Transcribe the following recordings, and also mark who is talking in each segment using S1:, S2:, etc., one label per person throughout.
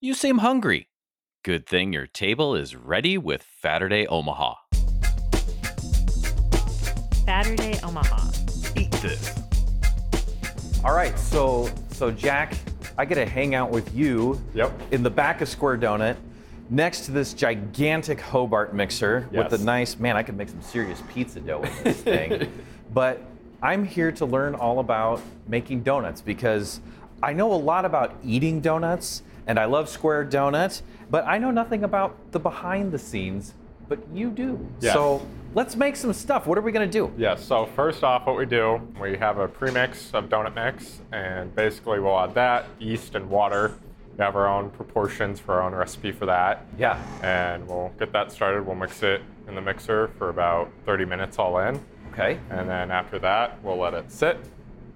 S1: You seem hungry. Good thing your table is ready with Saturday Omaha.
S2: Saturday, Omaha.
S1: Eat this.
S3: All right, so so Jack, I get to hang out with you.
S4: Yep.
S3: In the back of Square Donut, next to this gigantic Hobart mixer with
S4: Yes.
S3: the nice man. I could make some serious pizza dough with this thing. but I'm here to learn all about making donuts because I know a lot about eating donuts and I love Square Donut, but I know nothing about the behind the scenes. But you do.
S4: Yes.
S3: So let's make some stuff. What are we gonna do?
S4: Yes, so first off, what we do, we have a premix of donut mix, and basically we'll add that, yeast, and water. We have our own proportions for our own recipe for that.
S3: Yeah.
S4: And we'll get that started. We'll mix it in the mixer for about 30 minutes all in.
S3: Okay.
S4: And then after that, we'll let it sit.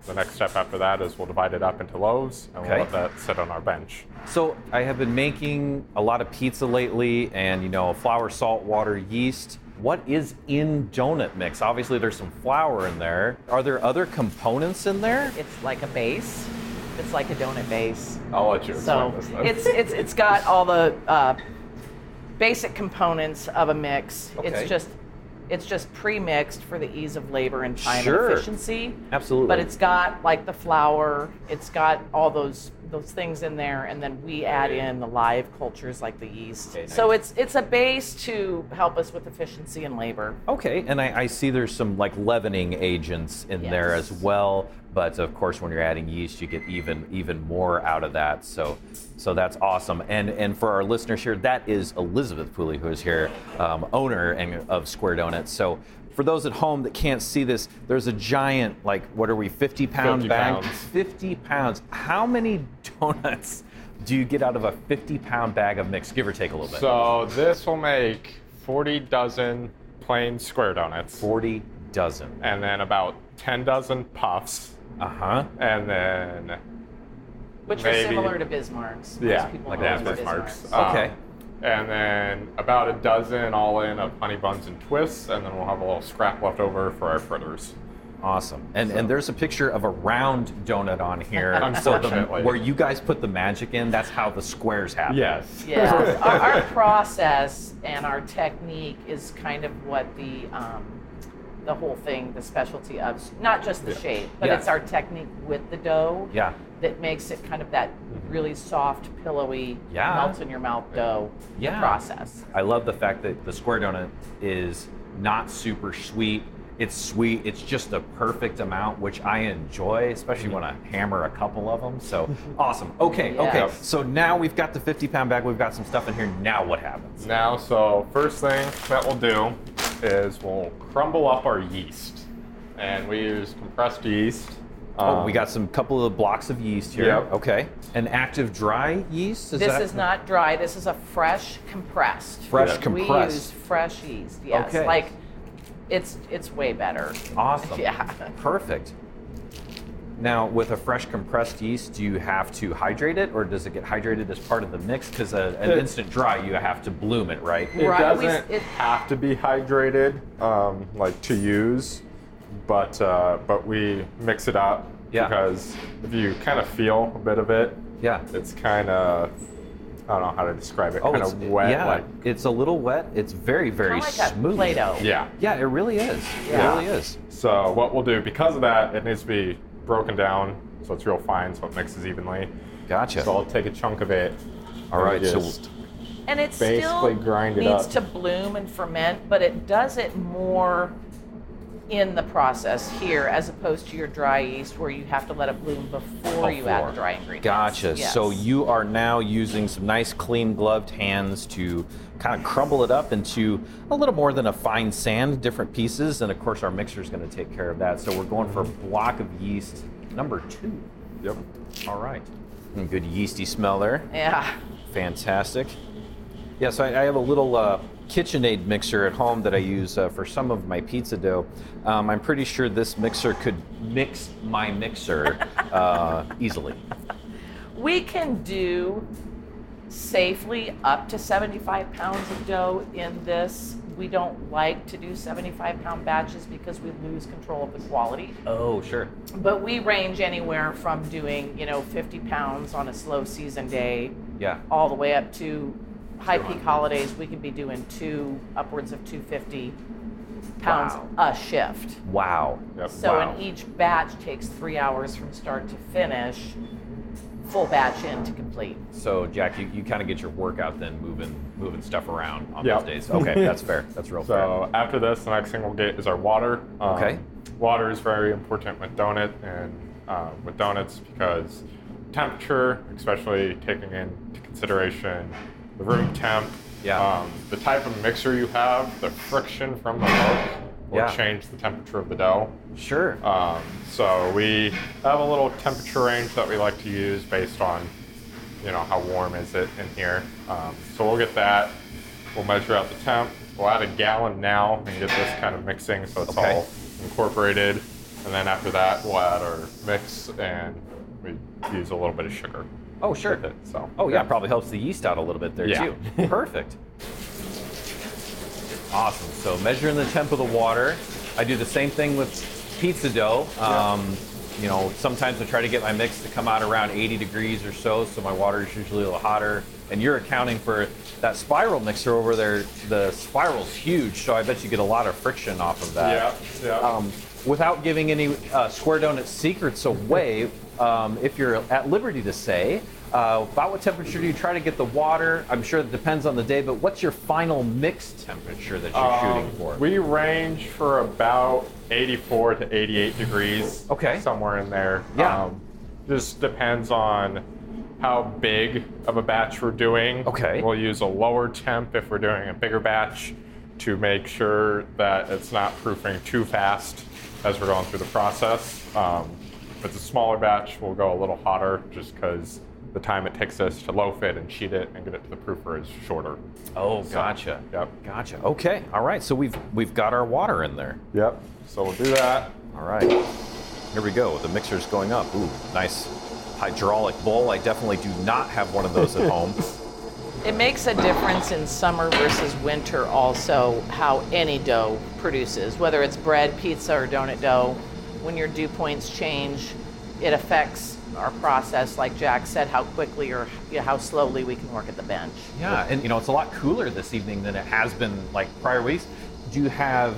S4: The next step after that is we'll divide it up into loaves and
S3: Okay.
S4: we'll let that sit on our bench.
S3: So I have been making a lot of pizza lately, and you know, flour, salt, water, yeast. What is in donut mix? Obviously, there's some flour in there. Are there other components in there?
S5: It's like a base. It's like a donut base.
S4: I'll let you explain
S5: So
S4: this then.
S5: it's it's it's got all the uh, basic components of a mix.
S3: Okay.
S5: It's just it's just pre-mixed for the ease of labor and time
S3: Sure.
S5: and efficiency.
S3: Absolutely.
S5: But it's got like the flour. It's got all those those things in there, and then we add in the live cultures like the yeast. So it's it's a base to help us with efficiency and labor.
S3: Okay, and I, I see there's some like leavening agents in there as
S5: Yes.
S3: well. But of course, when you're adding yeast, you get even even more out of that. So, so that's awesome. And and for our listeners here, that is Elizabeth Pooley, who is here, um, owner and of Square Donuts. So. For those at home that can't see this, there's a giant, like, what are we, 50 pound
S4: 50
S3: bag?
S4: pounds.
S3: 50 pounds. How many donuts do you get out of a 50 pound bag of mix, give or take a little bit?
S4: so this will make 40 dozen plain square donuts.
S3: 40 dozen.
S4: and then about 10 dozen puffs,
S3: Uh huh.
S4: and then
S5: Which
S4: Maybe.
S5: are similar to Bismarck's. Most
S4: yeah,
S5: people
S3: like
S5: know
S4: yeah,
S5: it as
S3: Bismarck's.
S4: Bismarck's.
S5: Bismarck's.
S4: Um,
S3: Okay.
S4: and then about a dozen all in of honey buns and twists, and then we'll have a little scrap left over for our fritters.
S3: Awesome. And and there's a picture of a round donut on here. So the-
S4: Unfortunately.
S3: where you guys put the magic in, that's how the squares happen.
S4: Yes.
S5: Yeah, our, our process and our technique is kind of what the um, the whole thing, the specialty of not just the
S4: Yeah.
S5: shape, but
S3: Yeah.
S5: it's our technique with the dough
S3: Yeah. Mm-hmm.
S5: that makes it kind of that really soft, pillowy,
S3: Yeah.
S5: melts in your mouth dough
S3: Yeah.
S5: process.
S3: I love the fact that the square donut is not super sweet. It's sweet. It's just the perfect amount, which I enjoy, especially when I hammer a couple of them. So awesome. Okay.
S5: Yes.
S3: Okay. So now we've got the 50 pound bag. We've got some stuff in here. Now what happens?
S4: Now, so first thing that we'll do is we'll crumble up our yeast, and we use compressed yeast.
S3: oh, we got some couple of blocks of yeast here.
S4: Um, Yep.
S3: Okay. An active dry yeast. Is
S5: this
S3: that-
S5: is not dry. This is a fresh compressed.
S3: Fresh
S4: Yeah.
S5: We
S3: compressed.
S5: use fresh yeast. Yes,
S3: Okay.
S5: like it's it's way better.
S3: Awesome.
S5: Yeah.
S3: Perfect. Now, with a fresh compressed yeast, do you have to hydrate it, or does it get hydrated as part of the mix? Because an
S4: It-
S3: instant dry, you have to bloom it, right?
S4: It
S5: Right, we-
S4: doesn't
S5: it-
S4: have to be hydrated, um, like to use, but uh, but we mix it up
S3: Yeah.
S4: because if you kind of feel a bit of it,
S3: Yeah.
S4: it's kind of I don't know how to describe it. kind
S3: Oh, it's
S4: of wet,
S3: Yeah,
S4: like
S3: it's a little wet. It's very, very
S5: Kinda like a
S3: smooth.
S5: Play-Doh.
S4: yeah.
S3: Yeah, it really is.
S5: Yeah.
S3: It really is.
S4: So what we'll do because of that, it needs to be broken down so it's real fine, so it mixes evenly.
S3: Gotcha.
S4: So I'll take a chunk of it.
S3: All right.
S4: and
S3: So
S4: just-
S5: and it
S4: Basically
S5: still
S4: grind it
S5: needs
S4: up.
S5: to bloom and ferment, but it does it more in the process here as opposed to your dry yeast where you have to let it bloom before, you add the dry ingredients.
S3: Gotcha.
S5: Yes.
S3: So you are now using some nice, clean, gloved hands to kind of crumble it up into a little more than a fine sand, different pieces. And of course, our mixer is going to take care of that. So we're going for a block of yeast number two.
S4: Yep.
S3: All right. Mm, Good yeasty smell there.
S5: Yeah.
S3: Fantastic. Yeah, so I, I have a little uh, KitchenAid mixer at home that I use uh, for some of my pizza dough. Um, I'm pretty sure this mixer could mix my mixer uh, easily.
S5: We can do safely up to 75 pounds of dough in this. We don't like to do 75 pound batches because we lose control of the quality.
S3: Oh, sure.
S5: But we range anywhere from doing, you know, 50 pounds on a slow season day
S3: Yeah.
S5: all the way up to high peak holidays. We could be doing two, upwards of 250 pounds a shift.
S3: Wow.
S4: Yep.
S5: So,
S3: Wow.
S5: and each batch takes three hours from start to finish, full batch in to complete.
S3: So Jack, you, you kind of get your workout then moving moving stuff around on
S4: Yeah.
S3: those days. Okay, that's fair. That's real
S4: So after this, the next thing we'll get is our water. Um,
S3: Okay.
S4: Water is very important with donut and uh, with donuts because temperature, especially taking into consideration the room temp,
S3: Yeah.
S4: um, the type of mixer you have, the friction from the milk will
S3: Yeah.
S4: change the temperature of the dough.
S3: fair. Sure.
S4: Um, so we have a little temperature range that we like to use based on, you know, how warm is it in here. Um, so we'll get that. We'll measure out the temp. We'll add a gallon now and get this kind of mixing so it's
S3: Okay.
S4: all incorporated. And then after that, we'll add our mix and we use a little bit of sugar.
S3: oh, sure.
S4: with it, so
S3: Oh yeah, probably helps the yeast out a little bit there
S4: Yeah.
S3: too. Perfect. Awesome. So measuring the temp of the water. I do the same thing with pizza dough. Um, you know, sometimes I try to get my mix to come out around 80 degrees or so, so my water is usually a little hotter. And you're accounting for that spiral mixer over there. The spiral's huge, so I bet you get a lot of friction off of that
S4: yeah.
S3: um, without giving any uh, Square Donut secrets away, um, if you're at liberty to say, uh, about what temperature do you try to get the water? I'm sure it depends on the day, but what's your final mix temperature that you're shooting
S4: Um,
S3: for?
S4: We range for about 84 to 88 degrees.
S3: Okay.
S4: Somewhere in there. Um,
S3: Yeah.
S4: just depends on how big of a batch we're doing.
S3: Okay.
S4: We'll use a lower temp if we're doing a bigger batch to make sure that it's not proofing too fast as we're going through the process. Um, if it's a smaller batch, we'll go a little hotter just because the time it takes us to loaf it and sheet it and get it to the proofer is shorter.
S3: oh, gotcha.
S4: Yep.
S3: Gotcha. Okay. All right. So we've we've got our water in there.
S4: Yep. So we'll do that.
S3: All right. Here we go. The mixer's going up. Ooh, nice hydraulic bowl. I definitely do not have one of those at home.
S5: It makes a difference in summer versus winter also how any dough produces, whether it's bread, pizza, or donut dough. When your dew points change, it affects our process, like Jack said, how quickly or you know, how slowly we can work at the bench.
S3: Yeah, and you know it's a lot cooler this evening than it has been like prior weeks. Do you have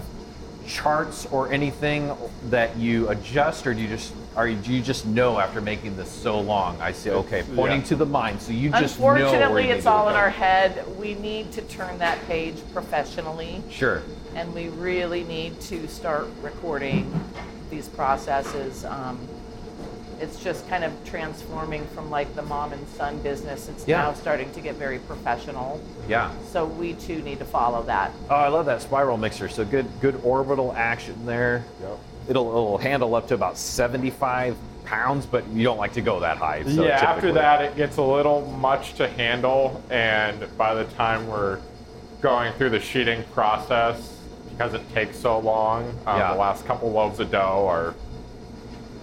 S3: charts or anything that you adjust, or do you just are you, do you just know after making this so long? I say okay, pointing
S4: Yeah.
S3: to the mind, so you just know. where you
S5: Unfortunately,
S3: need
S5: it's
S3: to
S5: all
S3: go.
S5: in our head. We need to turn that page professionally,
S3: Sure.
S5: and we really need to start recording these processes. Um, it's just kind of transforming from like the mom and son business. It's
S3: Yeah.
S5: now starting to get very professional.
S3: Yeah.
S5: So we too need to follow that.
S3: Oh, I love that spiral mixer. So good, good orbital action there.
S4: Yep.
S3: It'll, it'll handle up to about 75 pounds, but you don't like to go that high. So
S4: yeah, after
S3: typically-
S4: that, it gets a little much to handle, and by the time we're going through the sheeting process, because it takes so long, um,
S3: Yeah.
S4: the last couple loaves of dough are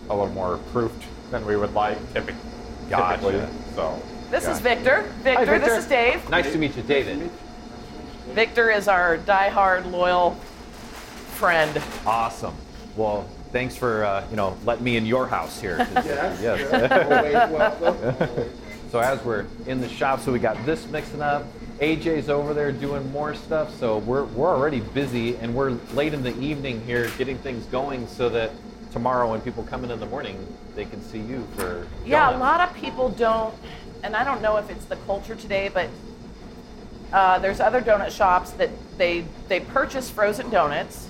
S4: a little more proofed than we would like typically.
S3: Gotcha.
S4: typically. So
S5: This
S4: yeah.
S5: is Victor.
S3: Hi,
S5: Victor,
S3: Victor.
S5: this is Dave.
S3: Nice to meet you, David.
S5: Victor is our diehard loyal friend.
S3: Awesome. Well, thanks for uh, you know letting me in your house here.
S6: Yes.
S3: Yes.
S6: Always welcome.
S3: so as we're in the shop, so we got this mixing up. AJ's over there doing more stuff. So we're we're already busy, and we're late in the evening here getting things going so that tomorrow when people come in in the morning, they can see you for
S5: Yeah, a
S3: donuts.
S5: lot of people don't, and I don't know if it's the culture today, but uh, there's other donut shops that they they purchase frozen donuts,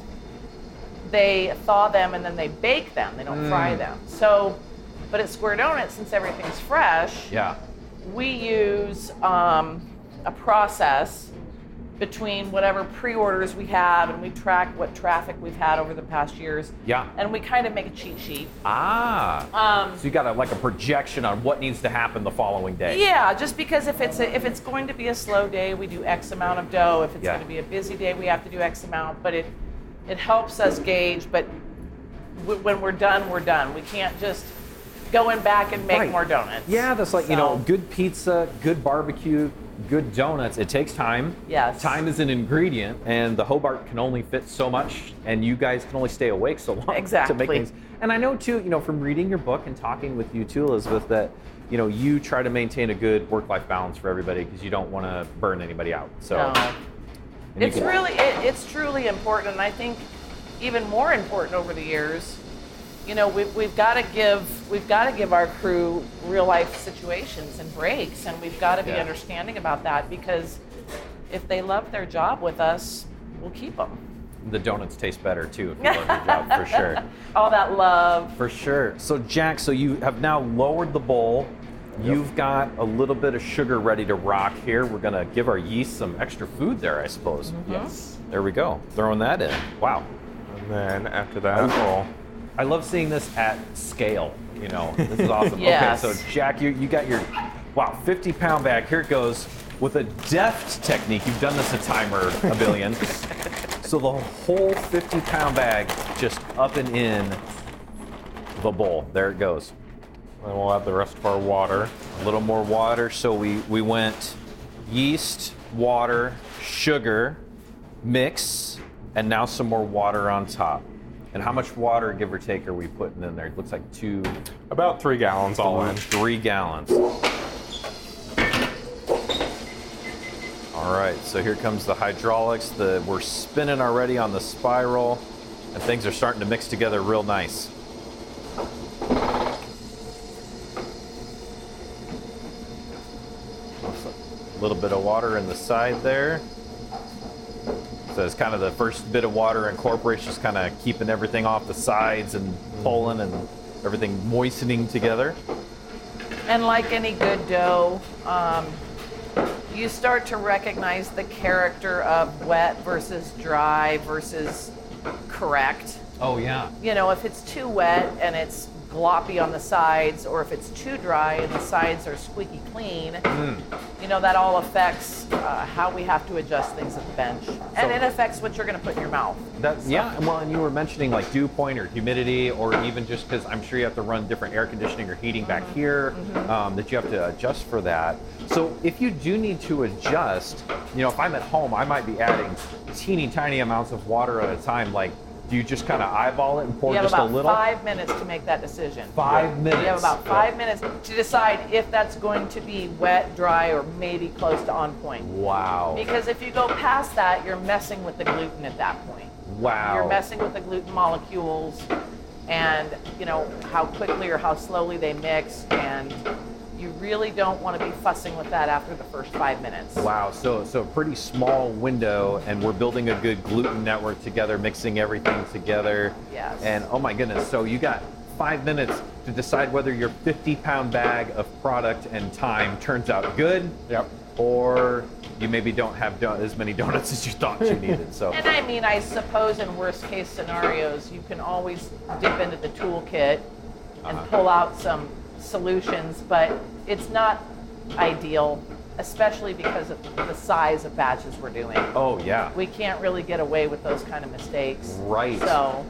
S5: they thaw them and then they bake them. They don't
S3: Mm.
S5: fry them. So, but at Square Donut, since everything's fresh,
S3: Yeah.
S5: we use um, a process between whatever pre-orders we have, and we track what traffic we've had over the past years.
S3: Yeah.
S5: and we kind of make a cheat sheet.
S3: Ah.
S5: Um,
S3: so you got a, like a projection on what needs to happen the following day.
S5: Yeah, just because if it's a, if it's going to be a slow day, we do X amount of dough. If it's
S3: Yeah.
S5: going to be a busy day, we have to do X amount. But it it helps us gauge. But w- when we're done, we're done. We can't just go in back and make
S3: Right.
S5: more donuts.
S3: Yeah, that's like you know,
S5: So-
S3: good pizza, good barbecue, good donuts, it takes time.
S5: Yes.
S3: Time is an ingredient, and the Hobart can only fit so much, and you guys can only stay awake so long to
S5: Exactly.
S3: make things. And I know too, you know, from reading your book and talking with you too, Elizabeth, that you know you try to maintain a good work-life balance for everybody because you don't want to burn anybody out. So
S5: No.
S3: and you
S5: It's
S3: can-
S5: really, it, it's truly important, and I think even more important over the years. You know, we've, we've got to give we've got to give our crew real life situations and breaks, and we've got to be
S3: Yeah.
S5: understanding about that because if they love their job with us, we'll keep them.
S3: the donuts taste better too if you love your job for sure.
S5: All that love.
S3: For sure. So Jack, so you have now lowered the bowl. You've got a little bit of sugar ready to rock here. We're gonna give our yeast some extra food there, I suppose.
S4: Yes.
S3: There we go. Throwing that in. Wow.
S4: And then after that, we'll
S3: I love seeing this at scale. You know, this is awesome.
S5: Yes.
S3: Okay, so Jack, you, you got your wow, 50 pound bag. Here it goes with a deft technique. You've done this a timer a billion. so the whole 50 pound bag just up and in the bowl. There it goes.
S4: then we'll add the rest of our water.
S3: A little more water. So we, we went yeast, water, sugar, mix, and now some more water on top. And how much water, give or take, are we putting in there? It looks like two,
S4: About three gallons all in.
S3: three gallons. All right, so here comes the hydraulics. The we're spinning already on the spiral, and things are starting to mix together real nice. A little bit of water in the side there. So it's kind of the first bit of water incorporates, just kind of keeping everything off the sides and pulling and everything moistening together.
S5: And like any good dough, um, you start to recognize the character of wet versus dry versus correct.
S3: Oh yeah.
S5: You know, if it's too wet and it's gloppy on the sides, or if it's too dry and the sides are squeaky clean,
S3: Mm.
S5: you know, that all affects uh, how we have to adjust things at the bench. and it affects what you're going to put in your mouth.
S3: That's yeah. Well, and you were mentioning like dew point or humidity, or even just because I'm sure you have to run different air conditioning or heating
S5: Mm-hmm.
S3: back here, um, that you have to adjust for that. So if you do need to adjust, you know, if I'm at home, I might be adding teeny tiny amounts of water at a time. Like, do you just kind of eyeball it and pour
S5: you have
S3: just
S5: about
S3: a little?
S5: five minutes to make that decision.
S3: Five minutes.
S5: You have about five minutes to decide if that's going to be wet, dry, or maybe close to on point.
S3: Wow.
S5: Because if you go past that, you're messing with the gluten at that point.
S3: wow.
S5: You're messing with the gluten molecules and you know how quickly or how slowly they mix and you really don't want to be fussing with that after the first five minutes.
S3: Wow, so so a pretty small window, and we're building a good gluten network together, mixing everything together.
S5: Yes.
S3: And oh my goodness, so you got five minutes to decide whether your 50-pound bag of product and time turns out good,
S4: Yep.
S3: or you maybe don't have do- as many donuts as you thought you needed. So
S5: And I mean, I suppose in worst case scenarios, you can always dip into the toolkit and
S3: Uh-huh.
S5: pull out some solutions, but it's not ideal, especially because of the size of batches we're doing.
S3: oh yeah,
S5: We can't really get away with those kind of mistakes.
S3: Right.
S5: So,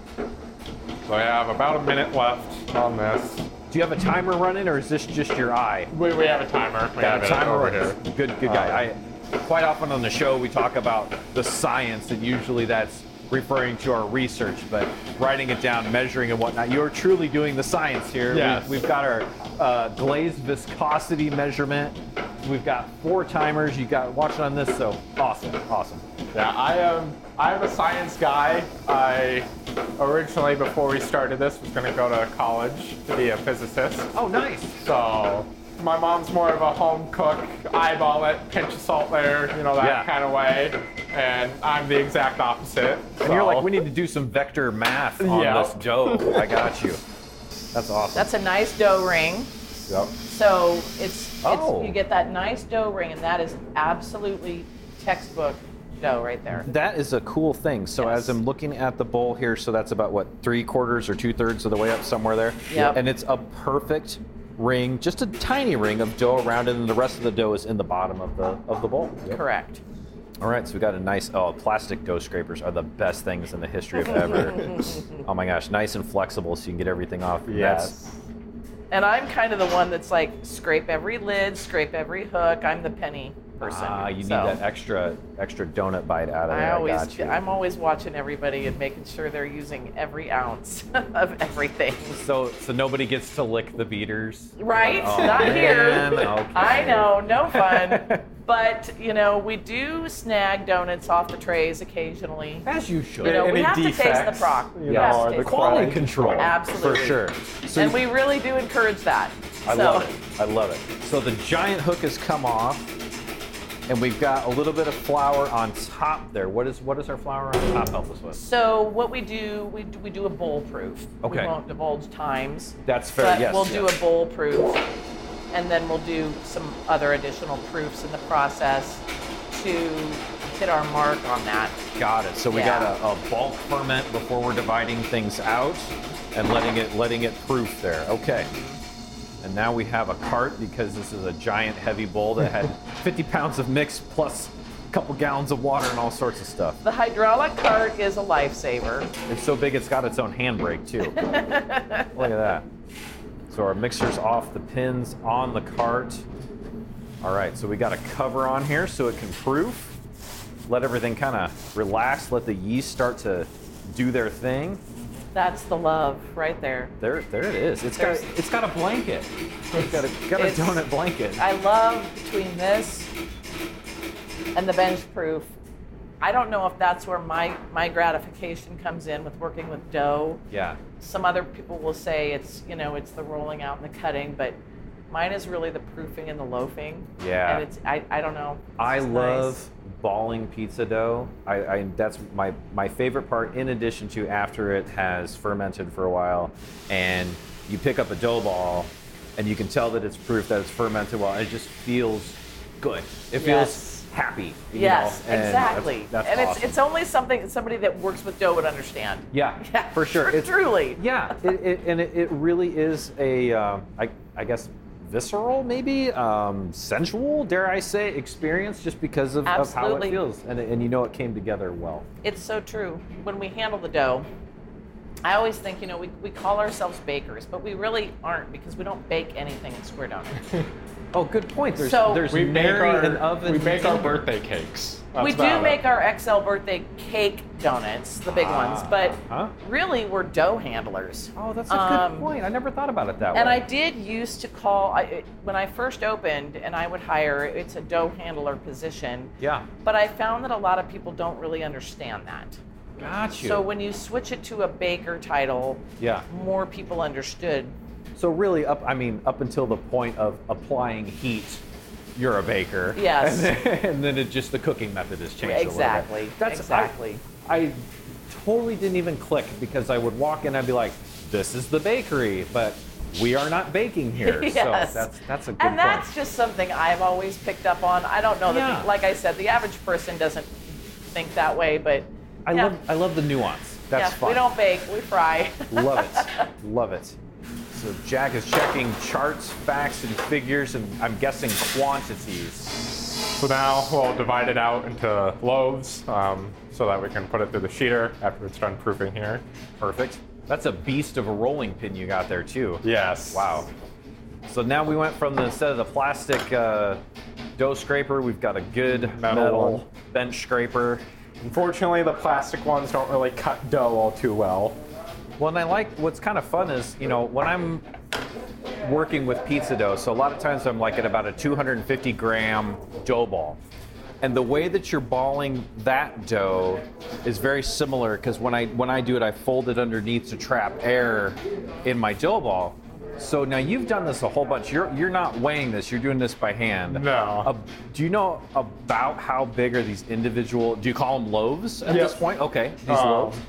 S4: So I have about a minute left on this.
S3: do you have a timer running, or is this just your eye?
S4: We, we have a timer. We
S3: Got
S4: have
S3: a
S4: it
S3: timer
S4: over
S3: running.
S4: here. Uh,
S3: Good, good guy. I, quite often on the show, we talk about the science, and usually that's referring to our research, but writing it down, measuring and whatnot. You're truly doing the science here. We-
S4: Yes.
S3: We've, got our uh, glaze viscosity measurement. We've got four timers. You got watching on this, so awesome, awesome.
S4: Yeah, I am. I am a science guy. I originally, before we started this, was going to go to college to be a physicist.
S3: Oh, nice.
S4: So my mom's more of a home cook, eyeball it, pinch of salt there, you know that
S3: Yeah.
S4: kind of way. And I'm the exact opposite.
S3: And you're like, we need to do some vector math on
S4: Yeah.
S3: this dough. I got you. That's awesome.
S5: that's a nice dough ring.
S4: Yep.
S5: So it's,
S3: Oh.
S5: it's you get that nice dough ring, and that is absolutely textbook dough right there.
S3: That is a cool thing. So as I'm looking at the bowl here, so that's about what three quarters or two thirds of the way up somewhere there.
S5: Yep.
S3: And it's a perfect ring, just a tiny ring of dough around it, and the rest of the dough is in the bottom of the of the bowl.
S5: Correct.
S3: All right, so we got a nice. Oh, plastic dough scrapers are the best things in the history of ever. oh my gosh, nice and flexible, so you can get everything off. And that's-
S4: Yes.
S5: And I'm kind of the one that's like, scrape every lid, scrape every hook. I'm the penny. person.
S3: Ah, you need
S5: so
S3: that extra extra donut bite out
S4: Ah,
S3: of
S5: I
S3: there.
S5: always,
S3: got you.
S5: I'm always watching everybody and making sure they're using every ounce of everything.
S3: so so nobody gets to lick the beaters.
S5: Right?
S3: Oh,
S5: Not
S3: man,
S5: here.
S3: okay.
S5: I know, no fun. but you know, we do snag donuts off the trays occasionally.
S3: As you should.
S5: You know,
S4: Any
S5: we have to taste the
S4: defects,
S5: proc.
S4: you
S5: We have
S4: know,
S5: to
S4: or the
S5: taste
S4: quality
S5: proc.
S3: control.
S5: Absolutely.
S3: For sure. So
S5: and we really do encourage that.
S3: I
S5: so,
S3: love it. I love it. So the giant hook has come off, and we've got a little bit of flour on top there. What is what is our flour on top? Help us with.
S5: So what we do, we do, we do a bowl proof.
S3: Okay.
S5: We won't divulge times.
S3: That's fair,
S5: But
S3: yes,
S5: we'll
S3: yes.
S5: do a bowl proof, and then we'll do some other additional proofs in the process to hit our mark on that.
S3: Got it. So we
S5: Yeah.
S3: got a, a bulk ferment before we're dividing things out and letting it letting it proof there. Okay. And now we have a cart because this is a giant heavy bowl that had 50 pounds of mix plus a couple gallons of water and all sorts of stuff.
S5: The hydraulic cart is a lifesaver.
S3: It's so big it's got its own handbrake too. Look at that. So our mixer's off the pins on the cart. All right, so we got a cover on here so it can proof. Let everything kind of relax, let the yeast start to do their thing.
S5: That's the love right there.
S3: There there it is. It's got
S5: There's-
S3: it's got a blanket. It's got a got a
S5: It's-
S3: donut blanket.
S5: I love between this and the bench proof. I don't know if that's where my, my gratification comes in with working with dough.
S3: Yeah.
S5: Some other people will say it's, you know, it's the rolling out and the cutting, but mine is really the proofing and the loafing.
S3: Yeah.
S5: And it's, I, I don't know. It's
S3: I
S5: just
S3: love
S5: nice.
S3: balling pizza dough. I, I that's my my favorite part. In addition to after it has fermented for a while, and you pick up a dough ball, and you can tell that it's proof that it's fermented well. It just feels good. It
S5: Yes.
S3: feels happy. you
S5: Yes,
S3: know, and
S5: exactly.
S3: That's, that's
S5: and
S3: awesome.
S5: it's, it's only something somebody that works with dough would understand.
S3: yeah,
S5: Yeah,
S3: for sure. It's
S5: truly.
S3: yeah, it, it, and it, it really is a um, I I guess visceral maybe um, sensual dare I say experience just because of, of how it
S5: Absolutely.
S3: feels and and you know it came together well.
S5: It's so true. When we handle the dough, I always think, you know, we, we call ourselves bakers, but we really aren't because we don't bake anything in square donut.
S3: Oh, good point. There's,
S5: So-
S3: there's
S4: We make
S3: Mary
S4: our
S3: and oven.
S4: we make our birthday cakes. That's
S5: we do
S4: about
S5: make
S4: it.
S5: our XL birthday cake donuts, the big ones, but
S3: Ah, huh.
S5: really we're dough handlers.
S3: Oh, that's a
S5: Um,
S3: good point. I never thought about it that
S5: And
S3: way.
S5: I did used to call I, it- when I first opened, and I would hire. It's a dough handler position.
S3: Yeah.
S5: But I found that a lot of people don't really understand that.
S3: Got you.
S5: So when you switch it to a baker title,
S3: yeah.
S5: more people understood.
S3: So really, up. I mean, up until the point of applying heat, you're a baker. And
S5: Yes.
S3: then, and then it just the cooking method has changed. a little bit.
S5: Exactly,
S3: That's I-
S5: exactly.
S3: I, totally didn't even click because I would walk in, I'd be like, "This is the bakery," but we are not baking here.
S5: yes.
S3: So that's that's a good
S5: And that's
S3: point.
S5: just something I've always picked up on. I don't know that,
S3: Yeah.
S5: the- like I said, the average person doesn't think that way, but
S3: I
S5: yeah.
S3: love I love the nuance. That's
S5: yeah,
S3: fun.
S5: We don't bake, we fry.
S3: Love it. Love it. So Jack is checking charts, facts, and figures, and I'm guessing quantities.
S4: So now we'll divide it out into loaves um, so that we can put it through the sheeter after it's done proofing here.
S3: Perfect. That's a beast of a rolling pin you got there too.
S4: Yes.
S3: Wow. So now we went from the instead of the plastic uh, dough scraper, we've got a good metal,
S4: Metal.
S3: bench scraper.
S4: Unfortunately, the plastic ones don't really cut dough all too well.
S3: Well, and I like what's kind of fun is you know when I'm working with pizza dough, so a lot of times I'm like at about a 250 gram dough ball. And the way that you're balling that dough is very similar because when I when I do it, I fold it underneath to trap air in my dough ball. So now you've done this a whole bunch. You're you're not weighing this. You're doing this by hand.
S4: No.
S3: Uh, do you know about how big are these individual? Do you call them loaves at this
S4: Yes.
S3: point? Okay, these
S4: Um,
S3: loaves.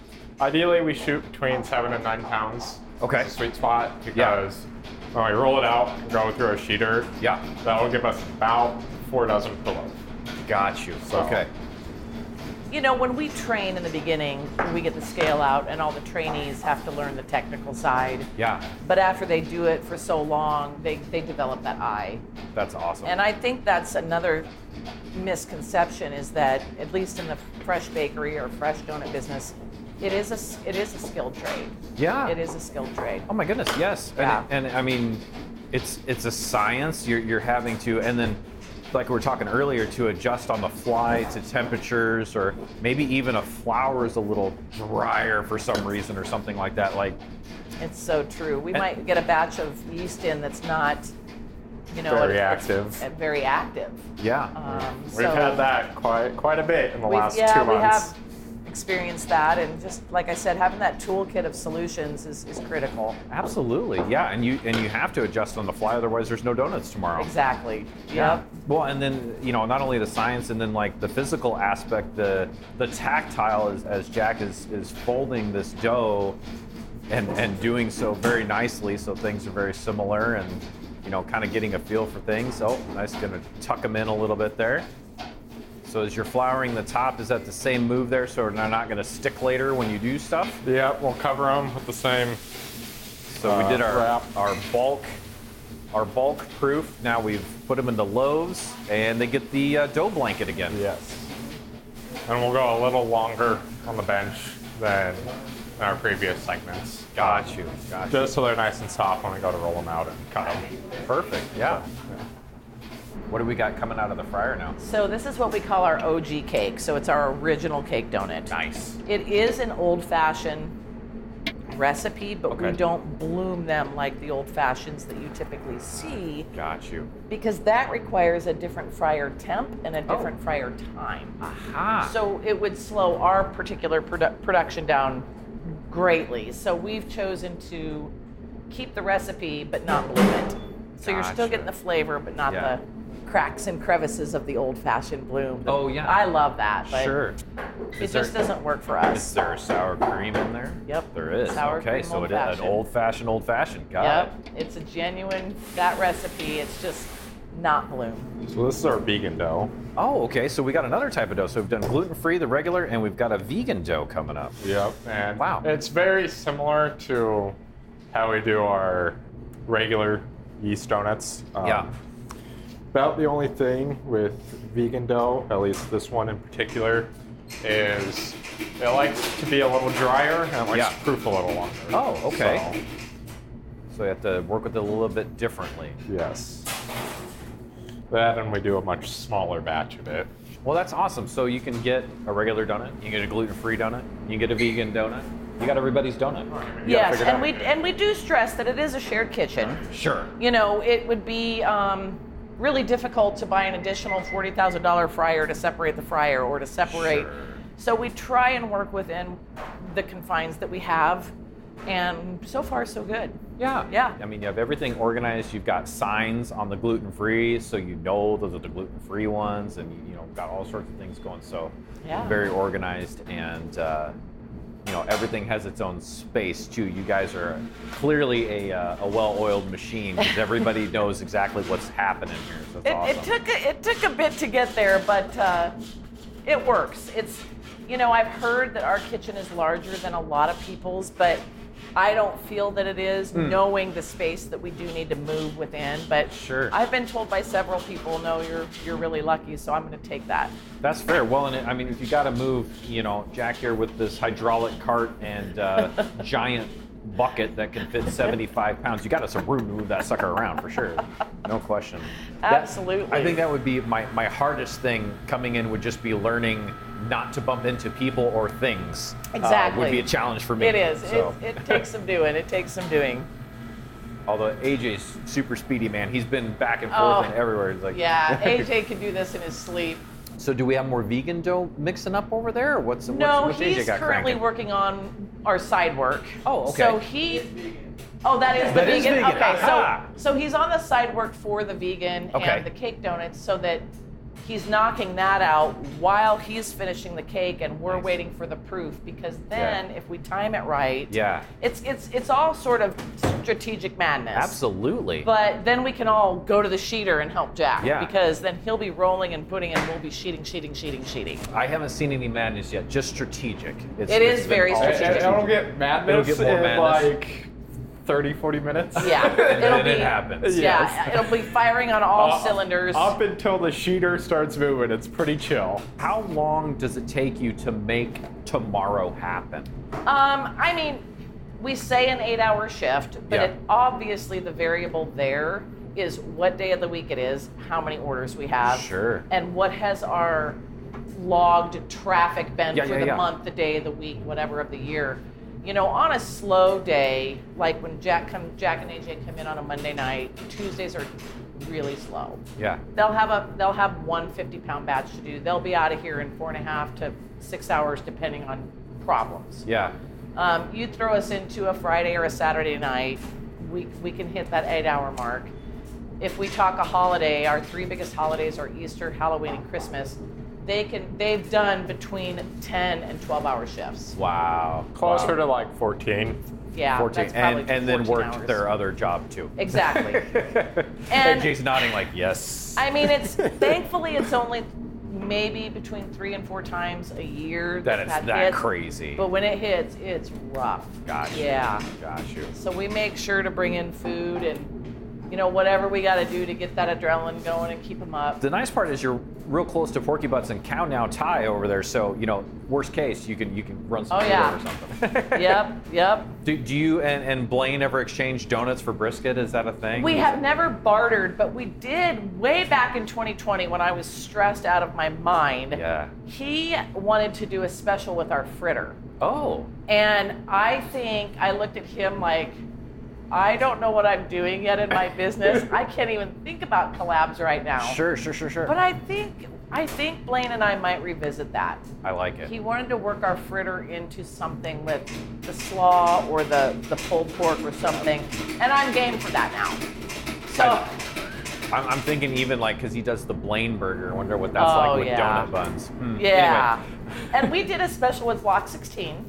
S4: Ideally, we shoot between seven and nine pounds.
S3: Okay.
S4: It's a sweet spot because when we roll it out and go through a sheeter,
S3: Yeah.
S4: that'll give us about four dozen per loaf.
S3: Got you.
S4: So-
S3: Okay.
S5: you know, when we train in the beginning, we get the scale out, and all the trainees have to learn the technical side.
S3: Yeah,
S5: But after they do it for so long, they, they develop that eye.
S3: that's awesome.
S5: And I think that's another misconception is that at least in the fresh bakery or fresh donut business, it is a s- it is a skilled trade.
S3: Yeah.
S5: It is a skilled trade.
S3: oh my goodness, yes. And,
S5: Yeah.
S3: and I mean, it's it's a science. You're you're having to, and then like we were talking earlier, to adjust on the fly to temperatures, or maybe even a flour is a little drier for some reason, or something like that. Like,
S5: It's so true. We
S3: And-
S5: might get a batch of yeast in that's not, you know,
S4: Very
S5: it's-
S4: active.
S5: it's very active.
S3: yeah,
S5: Um,
S4: We've had that quite quite a bit in the
S5: we've-
S4: last
S5: yeah,
S4: two
S5: we
S4: months.
S5: have experienced that, and just like I said, having that toolkit of solutions is, is critical.
S3: absolutely, yeah. And you and you have to adjust on the fly, otherwise there's no donuts tomorrow.
S5: Exactly.
S3: Yeah.
S5: Yep.
S3: Well, and then you know, not only the science, and then like the physical aspect, the the tactile as, as Jack is is folding this dough, and and doing so very nicely, so things are very similar, and you know, kind of getting a feel for things. Oh, nice, gonna tuck them in a little bit there. So as you're flouring the top, is that the same move there? So they're not gonna stick later when you do stuff.
S4: Yeah, we'll cover them with the same.
S3: So we
S4: Uh,
S3: did our
S4: wrap.
S3: our bulk our bulk proof. Now we've put them into loaves, and they get the uh, dough blanket again.
S4: Yes. And we'll go a little longer on the bench than our previous segments.
S3: Got you. Got you.
S4: Just so they're nice and soft when we go to roll them out and cut them.
S3: Perfect. Yeah. What do we got coming out of the fryer now?
S5: So this is what we call our OG cake. So it's our original cake donut.
S3: Nice.
S5: It is an old-fashioned recipe, but we
S3: Okay.
S5: don't bloom them like the old fashions that you typically see.
S3: Got you.
S5: because that requires a different fryer temp and
S3: Oh.
S5: a different fryer time.
S3: Aha.
S5: So it would slow our particular produ- production down greatly. So we've chosen to keep the recipe but not bloom it. So you're still
S3: Gotcha.
S5: getting the flavor but not
S3: Yeah.
S5: the cracks and crevices of the old-fashioned bloom.
S3: Oh, yeah.
S5: I love that, but
S3: sure.
S5: it just doesn't work for
S3: Is
S5: us.
S3: there sour cream in there?
S5: Yep.
S3: There is.
S5: Sour
S3: okay,
S5: cream
S3: so it is an
S5: old-fashioned.
S3: old fashioned, old fashioned. Got
S5: Yep,
S3: it.
S5: it's a genuine that recipe. It's just not bloom.
S4: So this is our vegan dough.
S3: Oh, okay. So we got another type of dough. So we've done gluten free, the regular, and we've got a vegan dough coming up.
S4: Yep. And
S3: Wow.
S4: it's very similar to how we do our regular yeast donuts. Um,
S3: Yeah.
S4: About the only thing with vegan dough, at least this one in particular, is it likes to be a little drier and it likes
S3: Yeah.
S4: to proof a little longer.
S3: Oh, okay. So you have to work with it a little bit differently.
S4: So, yes. That and we do a much smaller batch of it.
S3: Well, that's awesome. So you can get a regular donut, you can get a gluten-free donut, you can get a vegan donut. You got everybody's donut.
S5: Yes,
S4: figure it
S5: and
S4: out.
S5: we and we do stress that it is a shared kitchen.
S3: Sure.
S5: you know, it would be um, really difficult to buy an additional $40,000 fryer to separate the fryer or to separate.
S3: Sure.
S5: So we try and work within the confines that we have, and so far, so good.
S3: Yeah.
S5: Yeah.
S3: I mean, you have everything organized. You've got signs on the gluten-free, so you know those are the gluten-free ones, and you know got all sorts of things going. So
S5: Yeah.
S3: very organized, and uh, you know everything has its own space too. You guys are clearly a, uh, a well-oiled machine because everybody knows exactly what's happening here. So that's awesome.
S5: It, it took a, it took a bit to get there, but uh, it works. It's you know I've heard that our kitchen is larger than a lot of people's, but I don't feel that it is,
S3: Hmm.
S5: knowing the space that we do need to move within. But
S3: Sure.
S5: I've been told by several people, no, you're you're really lucky, so I'm going to take that.
S3: That's fair. Well, and it, I mean, if you got to move, you know, Jack here with this hydraulic cart and uh, giant bucket that can fit 75 pounds, you got us some room to move that sucker around for sure. No question. That-
S5: Absolutely.
S3: I think that would be my, my hardest thing coming in would just be learning not to bump into people or things. uh,
S5: Exactly.
S3: would be a challenge for me.
S5: It is.
S3: So.
S5: It, it takes some doing. It takes some doing.
S3: Although AJ's super speedy, man. He's been back and forth
S5: Oh.
S3: and everywhere. He's like,
S5: Yeah, AJ can do this in his sleep.
S3: So do we have more vegan dough mixing up over there? Or what's,
S5: No,
S3: what's, what's
S5: he's
S3: AJ got
S5: currently
S3: cranking?
S5: working on our side work.
S3: Oh, okay.
S5: So he. Oh, that is the
S3: That is
S5: vegan.
S3: vegan.
S5: Okay,
S3: Aha.
S5: so so he's on the side work for the vegan
S3: Okay.
S5: and the cake donuts, so that he's knocking that out while he's finishing the cake, and we're waiting for the proof. Because then, if we time it right,
S3: Yeah.
S5: it's it's it's all sort of strategic madness.
S3: Absolutely.
S5: But then we can all go to the sheeter and help Jack
S3: Yeah.
S5: because then he'll be rolling and putting, and we'll be sheeting, sheeting, sheeting, sheeting.
S3: I haven't seen any madness yet. Just strategic. It's,
S5: It is
S3: been
S5: very
S3: all
S4: And,
S5: strategic.
S4: and it'll get madness
S3: It'll get more
S4: in
S3: madness.
S4: like 30, 40 minutes.
S5: Yeah,
S3: And
S5: it'll
S3: then
S5: be
S3: it happens.
S5: Yeah,
S4: Yes.
S5: it'll be firing on all
S4: Up-
S5: cylinders.
S4: Up until the sheeter starts moving, it's pretty chill.
S3: How long does it take you to make tomorrow happen?
S5: Um, I mean, we say an eight-hour shift, but
S3: Yeah.
S5: it, obviously the variable there is what day of the week it is, how many orders we have,
S3: Sure.
S5: and what has our logged traffic been
S3: Yeah,
S5: for
S3: yeah,
S5: the
S3: yeah.
S5: month, the day, the week, whatever of the year. You know, on a slow day, like when Jack come, Jack and AJ come in on a Monday night, Tuesdays are really slow.
S3: Yeah.
S5: They'll have a they'll have one 50 pound batch to do. They'll be out of here in four and a half to six hours, depending on problems.
S3: Yeah.
S5: Um, you throw us into a Friday or a Saturday night, we, we can hit that eight hour mark. If we talk a holiday, our three biggest holidays are Easter, Halloween, and Christmas. They can they've done between 10 and 12 hour shifts.
S3: Wow.
S4: Closer
S3: Wow.
S4: to like 14.
S5: Yeah,
S3: 14
S5: that's probably
S3: and, and then
S5: 14
S3: worked
S5: hours.
S3: their other job too.
S5: exactly.
S3: And
S5: And-
S3: Jay's nodding like yes.
S5: I mean, it's thankfully it's only maybe between three and four times a year
S3: that
S5: it's
S3: it's that crazy.
S5: But when it hits, it's rough.
S3: Gotcha.
S5: Yeah.
S3: Gosh, you.
S5: So we make sure to bring in food and, you know, whatever we got to do to get that adrenaline going and keep them up.
S3: The nice part is you're real close to Porky Butts and Cow Now Tie over there, so you know, worst case, you can you can run some
S5: Oh,
S3: food
S5: yeah.
S3: or something.
S5: yep, yep.
S3: Do, do you and, and Blaine ever exchange donuts for brisket? Is that a thing?
S5: We
S3: Is
S5: have
S3: it-
S5: never bartered, but we did way back in 2020 when I was stressed out of my mind.
S3: Yeah.
S5: He wanted to do a special with our fritter.
S3: Oh.
S5: And I think I looked at him like, I don't know what I'm doing yet in my business. I can't even think about collabs right now.
S3: Sure, sure, sure, sure.
S5: But I think I think Blaine and I might revisit that.
S3: I like it.
S5: He wanted to work our fritter into something with the slaw or the, the pulled pork or something. And I'm game for that now. So
S3: I'm, I'm thinking even like because he does the Blaine burger. I wonder what that's
S5: Oh,
S3: like with
S5: yeah.
S3: donut buns. Hmm.
S5: yeah.
S3: Anyway.
S5: and we did a special with Block 16.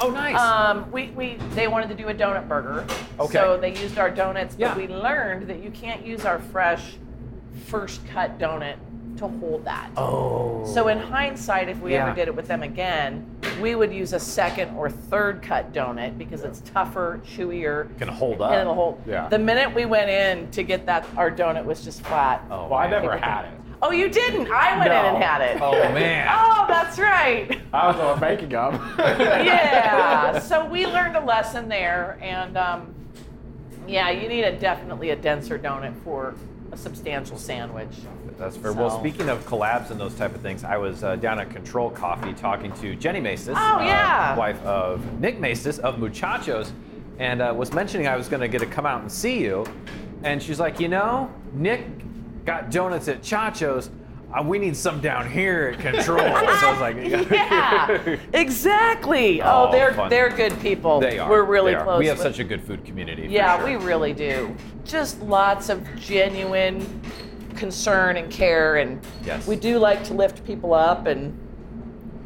S3: Oh, nice.
S5: Um, we, we they wanted to do a donut burger.
S3: Okay.
S5: So they used our donuts, but
S3: Yeah.
S5: we learned that you can't use our fresh first cut donut to hold that.
S3: oh.
S5: So in hindsight, if we
S3: Yeah.
S5: ever did it with them again, we would use a second or third cut donut because it's tougher, chewier,
S3: can hold up.
S5: and it'll hold.
S4: Yeah.
S5: The minute we went in to get that, our donut was just flat.
S3: Oh,
S4: Well, I
S3: man.
S4: never had it.
S5: Oh, you didn't? I went in
S4: No.
S5: and had it.
S3: Oh man.
S5: Oh, that's right.
S4: I was on making up.
S5: yeah. So we learned a lesson there, and um, yeah, you need a definitely a denser donut for a substantial sandwich.
S3: That's fair. Well,
S5: So-
S3: speaking of collabs and those type of things, I was uh, down at Control Coffee talking to Jenny Maces,
S5: Oh, yeah.
S3: wife of Nick Maces of Muchachos, and uh, was mentioning I was going to get to come out and see you, and she's like, you know, Nick got donuts at Chacho's. Uh, we need some down here at Control. so I was like,
S5: yeah, exactly. Oh,
S3: Oh,
S5: they're
S3: fun.
S5: they're good people.
S3: they are.
S5: We're really
S3: they are.
S5: close.
S3: We have
S5: with-
S3: such a good food community. for
S5: Yeah,
S3: sure.
S5: we really do. Just lots of genuine concern and care, and
S3: Yes.
S5: we do like to lift people up. And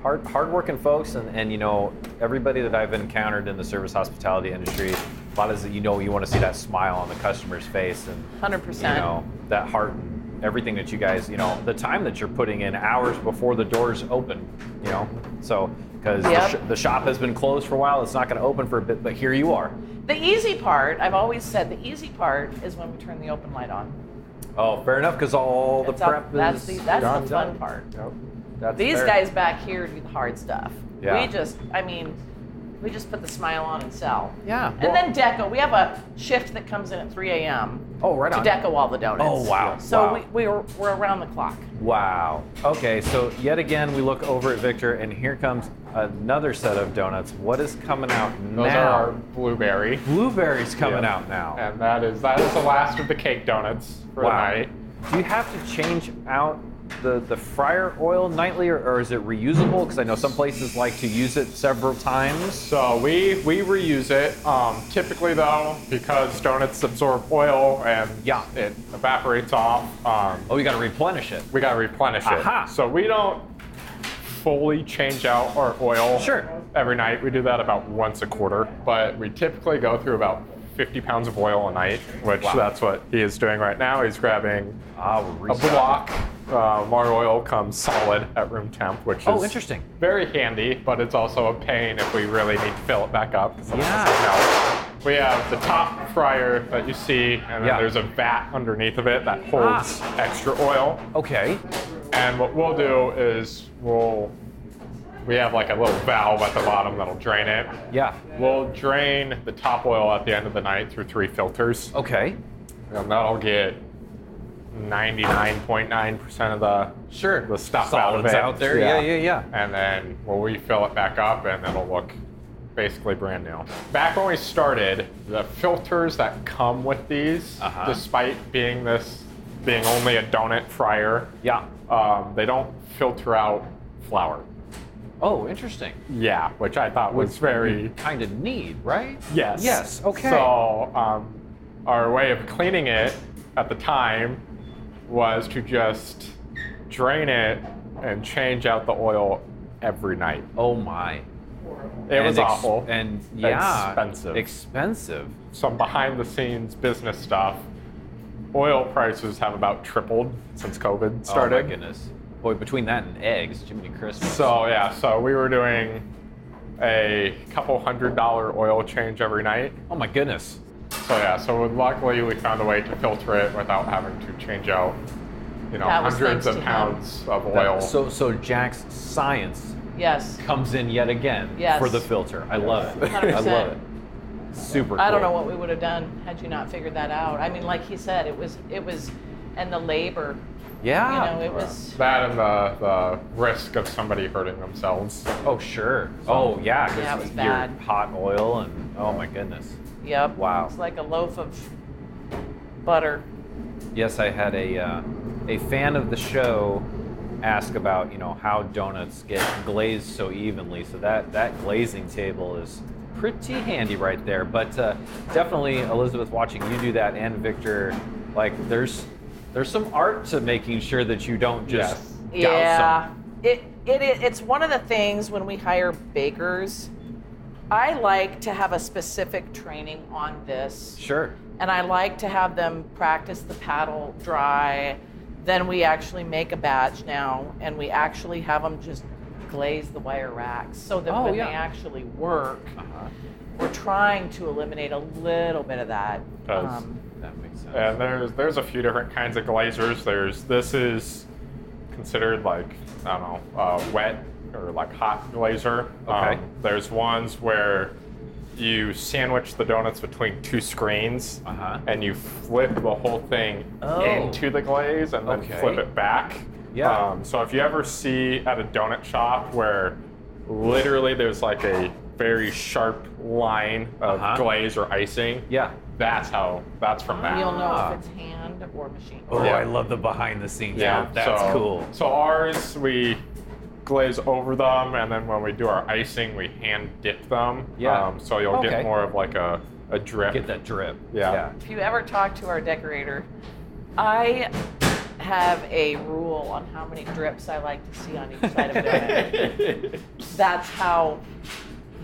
S3: hard hardworking folks and, and you know everybody that I've encountered in the service hospitality industry, a lot is that you know you want to see that smile on the customer's face and
S5: hundred
S3: you
S5: percent.
S3: know that heart and everything that you guys you know the time that you're putting in hours before the doors open you know so because
S5: Yep.
S3: the, sh- the shop has been closed for a while it's not going to open for a bit but here you are
S5: The easy part, I've always said, the easy part is when we turn the open light on.
S3: oh fair enough because all the
S5: It's up-
S3: prep is
S5: that's the, that's
S4: done,
S5: the fun
S4: done.
S5: part.
S4: Yep.
S3: that's
S5: These
S3: fair.
S5: guys back here do the hard stuff.
S3: Yeah.
S5: We just, I mean, we just put the smile on and sell.
S3: Yeah,
S5: And
S3: well-
S5: then Deco, we have a shift that comes in at 3 a.m.
S3: oh right
S5: to
S3: on
S5: Deco all the donuts.
S3: Oh, wow,
S5: So
S3: wow.
S5: We, we were, we're around the clock.
S3: Wow. Okay, so yet again, we look over at Victor, and here comes another set of donuts. What is coming out
S4: Those
S3: now?
S4: are our blueberry.
S3: Blueberries coming
S4: Yeah.
S3: out now.
S4: And that is that is the last of the cake donuts for
S3: wow.
S4: the night.
S3: Do you have to change out the, the fryer oil nightly, or, or is it reusable? Because I know some places like to use it several times.
S4: So we we reuse it. Um, typically though, because donuts absorb oil and
S3: Yeah.
S4: it evaporates off, um,
S3: Oh, you got to replenish it.
S4: we gotta replenish it.
S3: Aha.
S4: So we don't fully change out our oil
S3: Sure.
S4: every night. We do that about once a quarter, but we typically go through about 50 pounds of oil a night, which
S3: Wow.
S4: that's what he is doing right now. He's grabbing
S3: Ah,
S4: a
S3: restock.
S4: block. Um, our oil comes solid at room temp, which
S3: Oh,
S4: is
S3: interesting.
S4: very handy, but it's also a pain if we really need to fill it back up. 'cause sometimes
S3: Yeah.
S4: it melts. We have the top fryer that you see, and then
S3: Yeah. Ah.
S4: there's a vat underneath of it that holds extra oil.
S3: Okay.
S4: And what we'll do is we'll we have like a little valve at the bottom that'll drain it.
S3: Yeah.
S4: We'll drain the top oil at the end of the night through three filters.
S3: Okay.
S4: You know, that'll get 99.9% of the
S3: Sure.
S4: the stuff out of
S3: Solids
S4: it.
S3: out there. Yeah, yeah, yeah.
S4: and then we'll refill it back up and it'll look basically brand new. Back when we started, the filters that come with these,
S3: Uh-huh.
S4: despite being this being only a donut fryer,
S3: Yeah.
S4: um, they don't filter out flour.
S3: Oh, interesting.
S4: Yeah, which I thought was very
S3: Kind of need, right?
S4: Yes.
S3: Yes. Okay.
S4: So um, our way of cleaning it at the time was to just drain it and change out the oil every night.
S3: oh my.
S4: It was awful.
S3: And yeah,
S4: expensive.
S3: Expensive. Oh
S4: Some behind the scenes business stuff. Oil prices have about tripled since COVID started.
S3: Oh my goodness. Boy, between that and eggs, Jiminy Christmas.
S4: So yeah, so we were doing a couple hundred dollar oil change every night.
S3: oh my goodness.
S4: So yeah, so luckily we found a way to filter it without having to change out, you know,
S5: That was
S4: hundreds
S5: thanks
S4: of
S5: to him.
S4: pounds of
S3: That-
S4: oil.
S3: so so Jack's science
S5: Yes.
S3: comes in yet again
S5: Yes.
S3: for the filter. I love it. I
S5: 100%.
S3: love it. Super.
S5: I don't know
S3: cool.
S5: what we would have done had you not figured that out. I mean, like he said, it was it was, and the labor.
S3: Yeah.
S5: You know, it was.
S4: that and the, the risk of somebody hurting themselves.
S3: Oh sure. oh yeah. 'cause
S5: Yeah, it was
S3: your
S5: bad.
S3: hot oil and oh my goodness.
S5: Yep.
S3: Wow.
S5: It's like a loaf of butter.
S3: Yes, I had a uh, a fan of the show ask about you know how donuts get glazed so evenly. So that that glazing table is pretty handy right there. But uh, definitely, Elizabeth, watching you do that and Victor, like there's there's some art to making sure that you don't just
S4: Yes.
S3: douse 'em.
S5: Yeah. It, it it it's one of the things when we hire bakers. I like to have a specific training on this.
S3: Sure.
S5: and I like to have them practice the paddle dry. Then we actually make a batch now, and we actually have them just glaze the wire racks so that
S3: Oh,
S5: when
S3: yeah.
S5: they actually work,
S3: Uh-huh.
S5: we're trying to eliminate a little bit of that. Um,
S4: Does.
S3: That makes sense.
S4: And there's there's a few different kinds of glazers. There's this is considered like I don't know uh, wet or like hot glazer.
S3: Okay.
S4: there's ones where you sandwich the donuts between two screens
S3: Uh-huh.
S4: and you flip the whole thing
S3: Oh.
S4: into the glaze and then
S3: Okay.
S4: flip it back.
S3: Yeah.
S4: Um, so if you ever see at a donut shop where literally there's like a very sharp line of
S3: Uh-huh.
S4: glaze or icing,
S3: yeah.
S4: that's how. That's from that.
S5: You'll know
S3: Ah.
S5: if it's hand or machine.
S3: Oh,
S4: Yeah.
S3: I love the behind the scenes.
S4: Yeah,
S3: That's
S4: so,
S3: cool.
S4: So ours, we glaze over them, and then when we do our icing, we hand dip them.
S3: Yeah.
S4: Um, so you'll
S3: Okay.
S4: get more of like a a drip.
S3: Get that drip.
S4: Yeah.
S5: If you ever talk to our decorator, I have a rule on how many drips I like to see on each side of it. That's how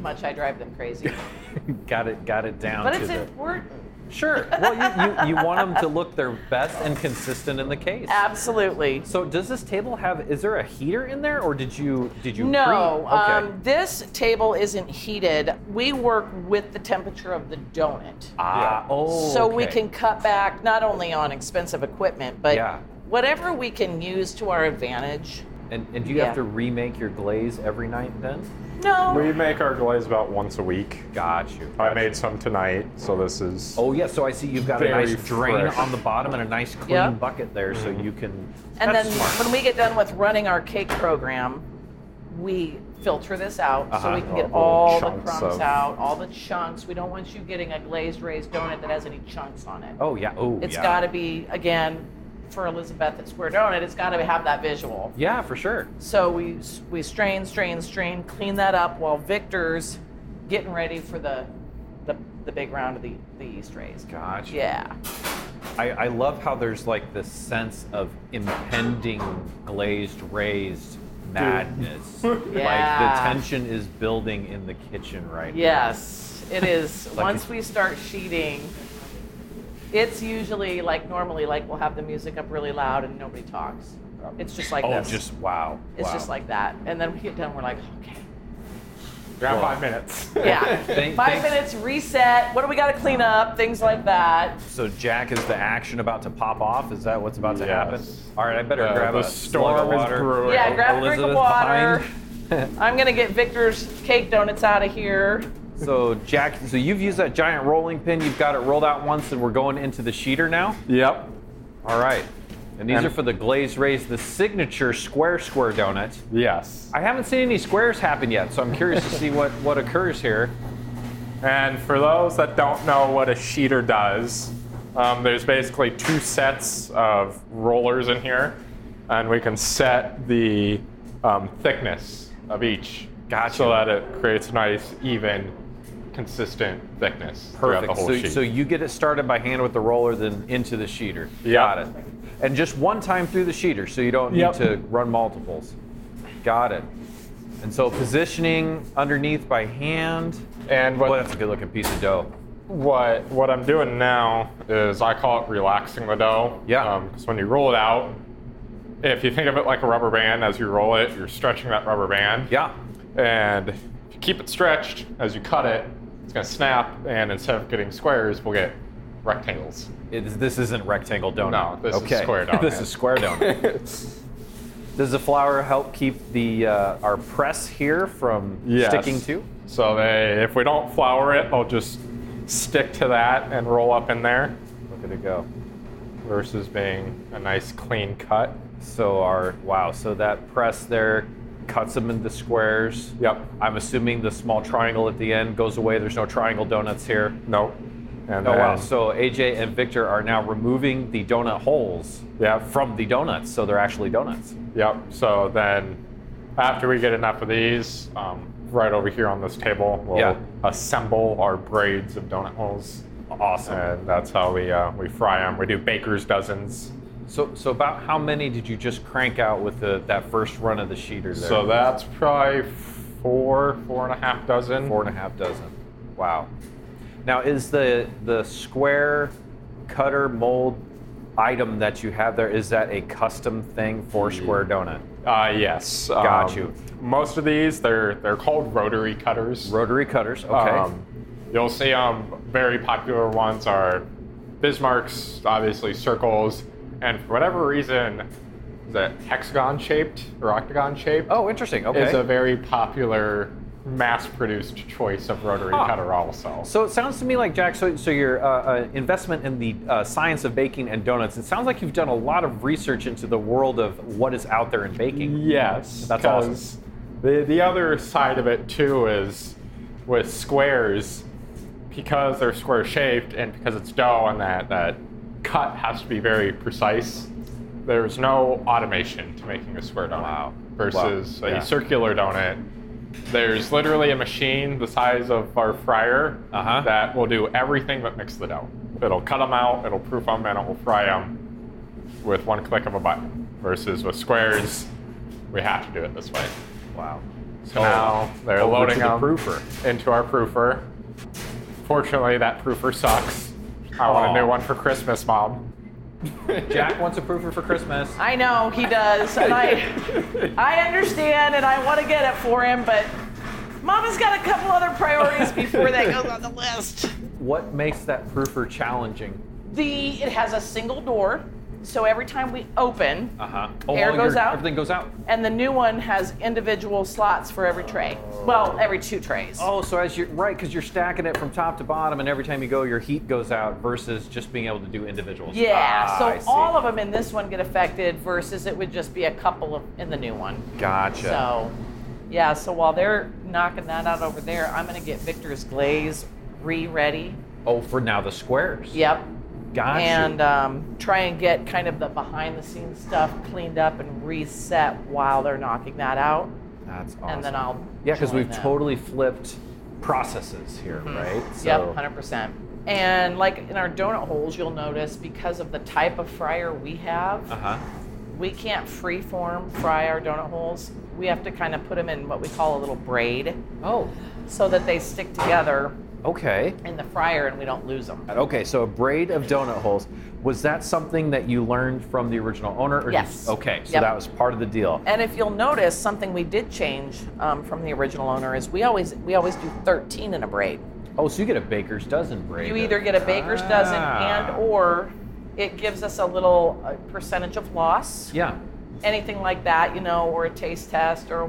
S5: much I drive them crazy.
S3: got it. Got it down.
S5: But
S3: to
S5: it's
S3: the-
S5: important.
S3: Sure. Well, you, you, you want them to look their best and consistent in the case.
S5: Absolutely.
S3: So does this table have? Is there a heater in there, or did you did you?
S5: No,
S3: Pre- okay.
S5: um, this table isn't heated. We work with the temperature of the donut.
S3: ah. Oh.
S5: so we
S3: okay.
S5: can cut back not only on expensive equipment, but
S3: Yeah.
S5: whatever we can use to our advantage.
S3: And, and do you
S5: yeah.
S3: have to remake your glaze every night then?
S5: No.
S4: We make our glaze about once a week.
S3: Got you.
S4: I made some tonight, so this is.
S3: Oh yeah. So I see you've got a
S4: Very
S3: nice drain
S4: fresh. Mm-hmm.
S3: on the bottom and a nice clean
S5: Yeah.
S3: bucket there, so you can.
S5: and
S3: that's
S5: then
S3: smart.
S5: when we get done with running our cake program, we filter this out so
S3: Uh-huh.
S5: we can get
S4: All
S5: all
S4: the
S5: the
S4: chunks
S5: crumbs
S4: of-
S5: out, all the chunks. We don't want you getting a glazed raised donut that has any chunks on it.
S3: Oh yeah. Oh
S5: It's
S3: yeah.
S5: got to be again for Elizabeth at Square Donut. It's got to have that visual.
S3: Yeah, for sure.
S5: So we we strain, strain, strain, clean that up while Victor's getting ready for the the, the big round of the the East Rays.
S3: Gotcha.
S5: Yeah.
S3: I, I love how there's like this sense of impending glazed raised madness.
S5: Yeah.
S3: Like the tension is building in the kitchen right
S5: Yes, it is.
S3: Like
S5: Once
S3: it-
S5: we start sheeting, it's usually like normally like we'll have the music up really loud and nobody talks. It's just like
S3: now. Oh,
S5: this.
S3: just wow.
S5: it's
S3: wow.
S5: just like that. And then we get done, we're like, okay.
S4: We got five minutes.
S5: Yeah.
S3: Thank-
S5: Five
S3: thank-
S5: minutes, reset. What do we got to clean up? Things like that.
S3: So Jack, is the action about to pop off? Is that what's about to
S4: Yes.
S3: happen? All right, I better
S4: Uh,
S3: grab
S4: the
S3: a
S4: storm
S3: slug of
S4: is
S3: water.
S4: brewing.
S5: Yeah, grab a drink of
S3: Elizabeth
S5: water.
S3: behind.
S5: I'm gonna get Victor's cake donuts out of here.
S3: So Jack, so you've used that giant rolling pin. You've got it rolled out once, and we're going into the sheeter now.
S4: Yep.
S3: All right. And these
S4: And-
S3: are for the glazed rays, the signature square square donut.
S4: Yes.
S3: I haven't seen any squares happen yet, so I'm curious to see what what occurs here.
S4: And for those that don't know what a sheeter does, um, there's basically two sets of rollers in here, and we can set the um, thickness of each so that it creates a nice, even, consistent thickness throughout the
S3: Perfect.
S4: whole
S3: So,
S4: sheet.
S3: so you get it started by hand with the roller, then into the sheeter.
S4: Yeah.
S3: Got it. And just one time through the sheeter, so you don't
S4: Yep.
S3: need to run multiples. Got it. And so positioning underneath by hand.
S4: and
S3: Boy,
S4: what,
S3: that's a good looking piece of dough.
S4: what what I'm doing now is I call it relaxing the dough.
S3: Yeah.
S4: Because when you roll it out, if you think of it like a rubber band, as you roll it, you're stretching that rubber band.
S3: Yeah.
S4: And if you keep it stretched as you cut it, it's going to snap, and instead of getting squares, we'll get rectangles.
S3: It is, this isn't rectangle donut.
S4: No, this is
S3: okay.
S4: square donut.
S3: this is square donut. Does the flour help keep the uh, our press here from
S4: Yes.
S3: sticking to?
S4: So they, if we don't flour it, they'll just stick to that and roll up in there
S3: Look at it go.
S4: versus being a nice clean cut.
S3: So our wow. So that press there cuts them into squares.
S4: Yep.
S3: I'm assuming the small triangle at the end goes away. There's no triangle donuts here.
S4: Nope. And
S3: Oh wow.
S4: then-
S3: So AJ and Victor are now removing the donut holes
S4: Yeah.
S3: from the donuts, so they're actually donuts.
S4: Yep. So then, after we get enough of these, um, right over here on this table, we'll
S3: Yeah.
S4: assemble our braids of donut holes.
S3: Awesome.
S4: And that's how we uh, we fry them. We do baker's dozens.
S3: So so about how many did you just crank out with the that first run of the sheeter there?
S4: So that's probably four, four and a half dozen.
S3: Four and a half dozen. Wow. Now, is the the square cutter mold item that you have there is that a custom thing for Square Donut?
S4: Uh, yes.
S3: Got
S4: Um,
S3: you.
S4: Most of these, they're they're called rotary cutters.
S3: Rotary cutters. Okay.
S4: Um, you'll see um, very popular ones are Bismarck's, obviously circles, and for whatever reason, is it hexagon shaped or octagon shaped?
S3: oh, interesting. Okay.
S4: Is a very popular mass produced choice of rotary
S3: Huh.
S4: cutter also.
S3: so it sounds to me like Jack. So, so your uh, uh, investment in the uh, science of baking and donuts. It sounds like you've done a lot of research into the world of what is out there in baking.
S4: Yes,
S3: That's
S4: 'cause The the other side of it too is with squares, because they're square shaped and because it's dough and that that cut has to be very precise. There's no automation to making a square donut.
S3: Wow.
S4: Versus
S3: Wow.
S4: a
S3: Yeah.
S4: circular donut. There's literally a machine the size of our fryer
S3: Uh-huh.
S4: that will do everything but mix the dough. It'll cut them out, it'll proof them, and it will fry them with one click of a button. Versus with squares, we have to do it this way.
S3: Wow. Oh.
S4: So now they're
S3: over
S4: loading
S3: to the
S4: them
S3: proofer.
S4: into our proofer. Fortunately, that proofer sucks. I want a
S3: Aw.
S4: new one for Christmas, Mom.
S3: Jack wants a proofer for Christmas.
S5: I know he does, and I, I understand, and I want to get it for him, but Mama's got a couple other priorities before that goes on the list.
S3: What makes that proofer challenging?
S5: The it has a single door, so every time we open,
S3: Uh huh. Oh,
S5: Air
S3: all
S5: goes
S3: your-
S5: out?
S3: Everything goes out.
S5: and the new one has individual slots for every tray. Well, every two trays.
S3: Oh, so as you're right, because you're stacking it from top to bottom, and every time you go, your heat goes out versus just being able to do individuals.
S5: Yeah,
S3: Ah, I see.
S5: so all of them in this one get affected versus it would just be a couple of, in the new one.
S3: Gotcha.
S5: So, yeah, so while they're knocking that out over there, I'm going to get Victor's glaze re ready.
S3: Oh, for now the squares.
S5: Yep.
S3: Gotcha.
S5: And um, try and get kind of the behind the scenes stuff cleaned up and reset while they're knocking that out.
S3: That's awesome.
S5: And then I'll.
S3: Yeah, because
S5: join
S3: we've
S5: them. Mm-hmm.
S3: totally flipped processes here, right?
S5: Yep, 100%. And like in our donut holes, you'll notice because of the type of fryer we have,
S3: Uh huh.
S5: we can't freeform fry our donut holes. We have to kind of put them in what we call a little braid
S3: Oh.
S5: so that they stick together
S3: Okay.
S5: in the fryer and we don't lose them.
S3: Okay, so a braid of donut holes. Was that something that you learned from the original owner? Or
S5: Yes.
S3: Just, okay, so
S5: Yep.
S3: that was part of the deal.
S5: And if you'll notice, something we did change um, from the original owner is we always we always do 13 in a braid.
S3: Oh, so you get a baker's dozen braid.
S5: You
S3: of-
S5: either get a baker's dozen and
S3: Ah.
S5: or it gives us a little uh, percentage of loss.
S3: Yeah.
S5: anything like that, you know, or a taste test or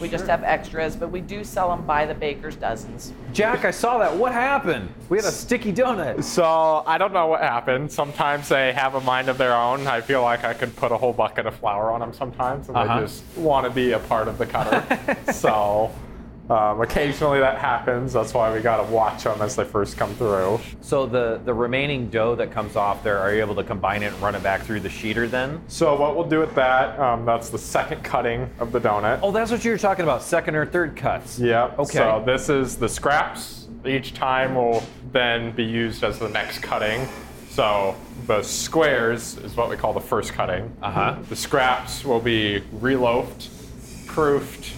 S5: We just have extras, but we do sell them by the baker's dozens.
S3: Jack, I saw that. What happened? We had a sticky donut.
S4: So I don't know what happened. Sometimes they have a mind of their own. I feel like I could put a whole bucket of flour on them sometimes, and
S3: Uh-huh.
S4: they just want to be a part of the cutter. so um, occasionally that happens. That's why we gotta watch them as they first come through.
S3: So the the remaining dough that comes off there, are you able to combine it and run it back through the sheeter then?
S4: So what we'll do with that? Um, that's the second cutting of the donut.
S3: Oh, that's what you were talking about, second or third cuts.
S4: Yep.
S3: Okay.
S4: So this is the scraps. Each time will then be used as the next cutting. So the squares is what we call the first cutting.
S3: Uh-huh.
S4: The scraps will be reloafed, proofed,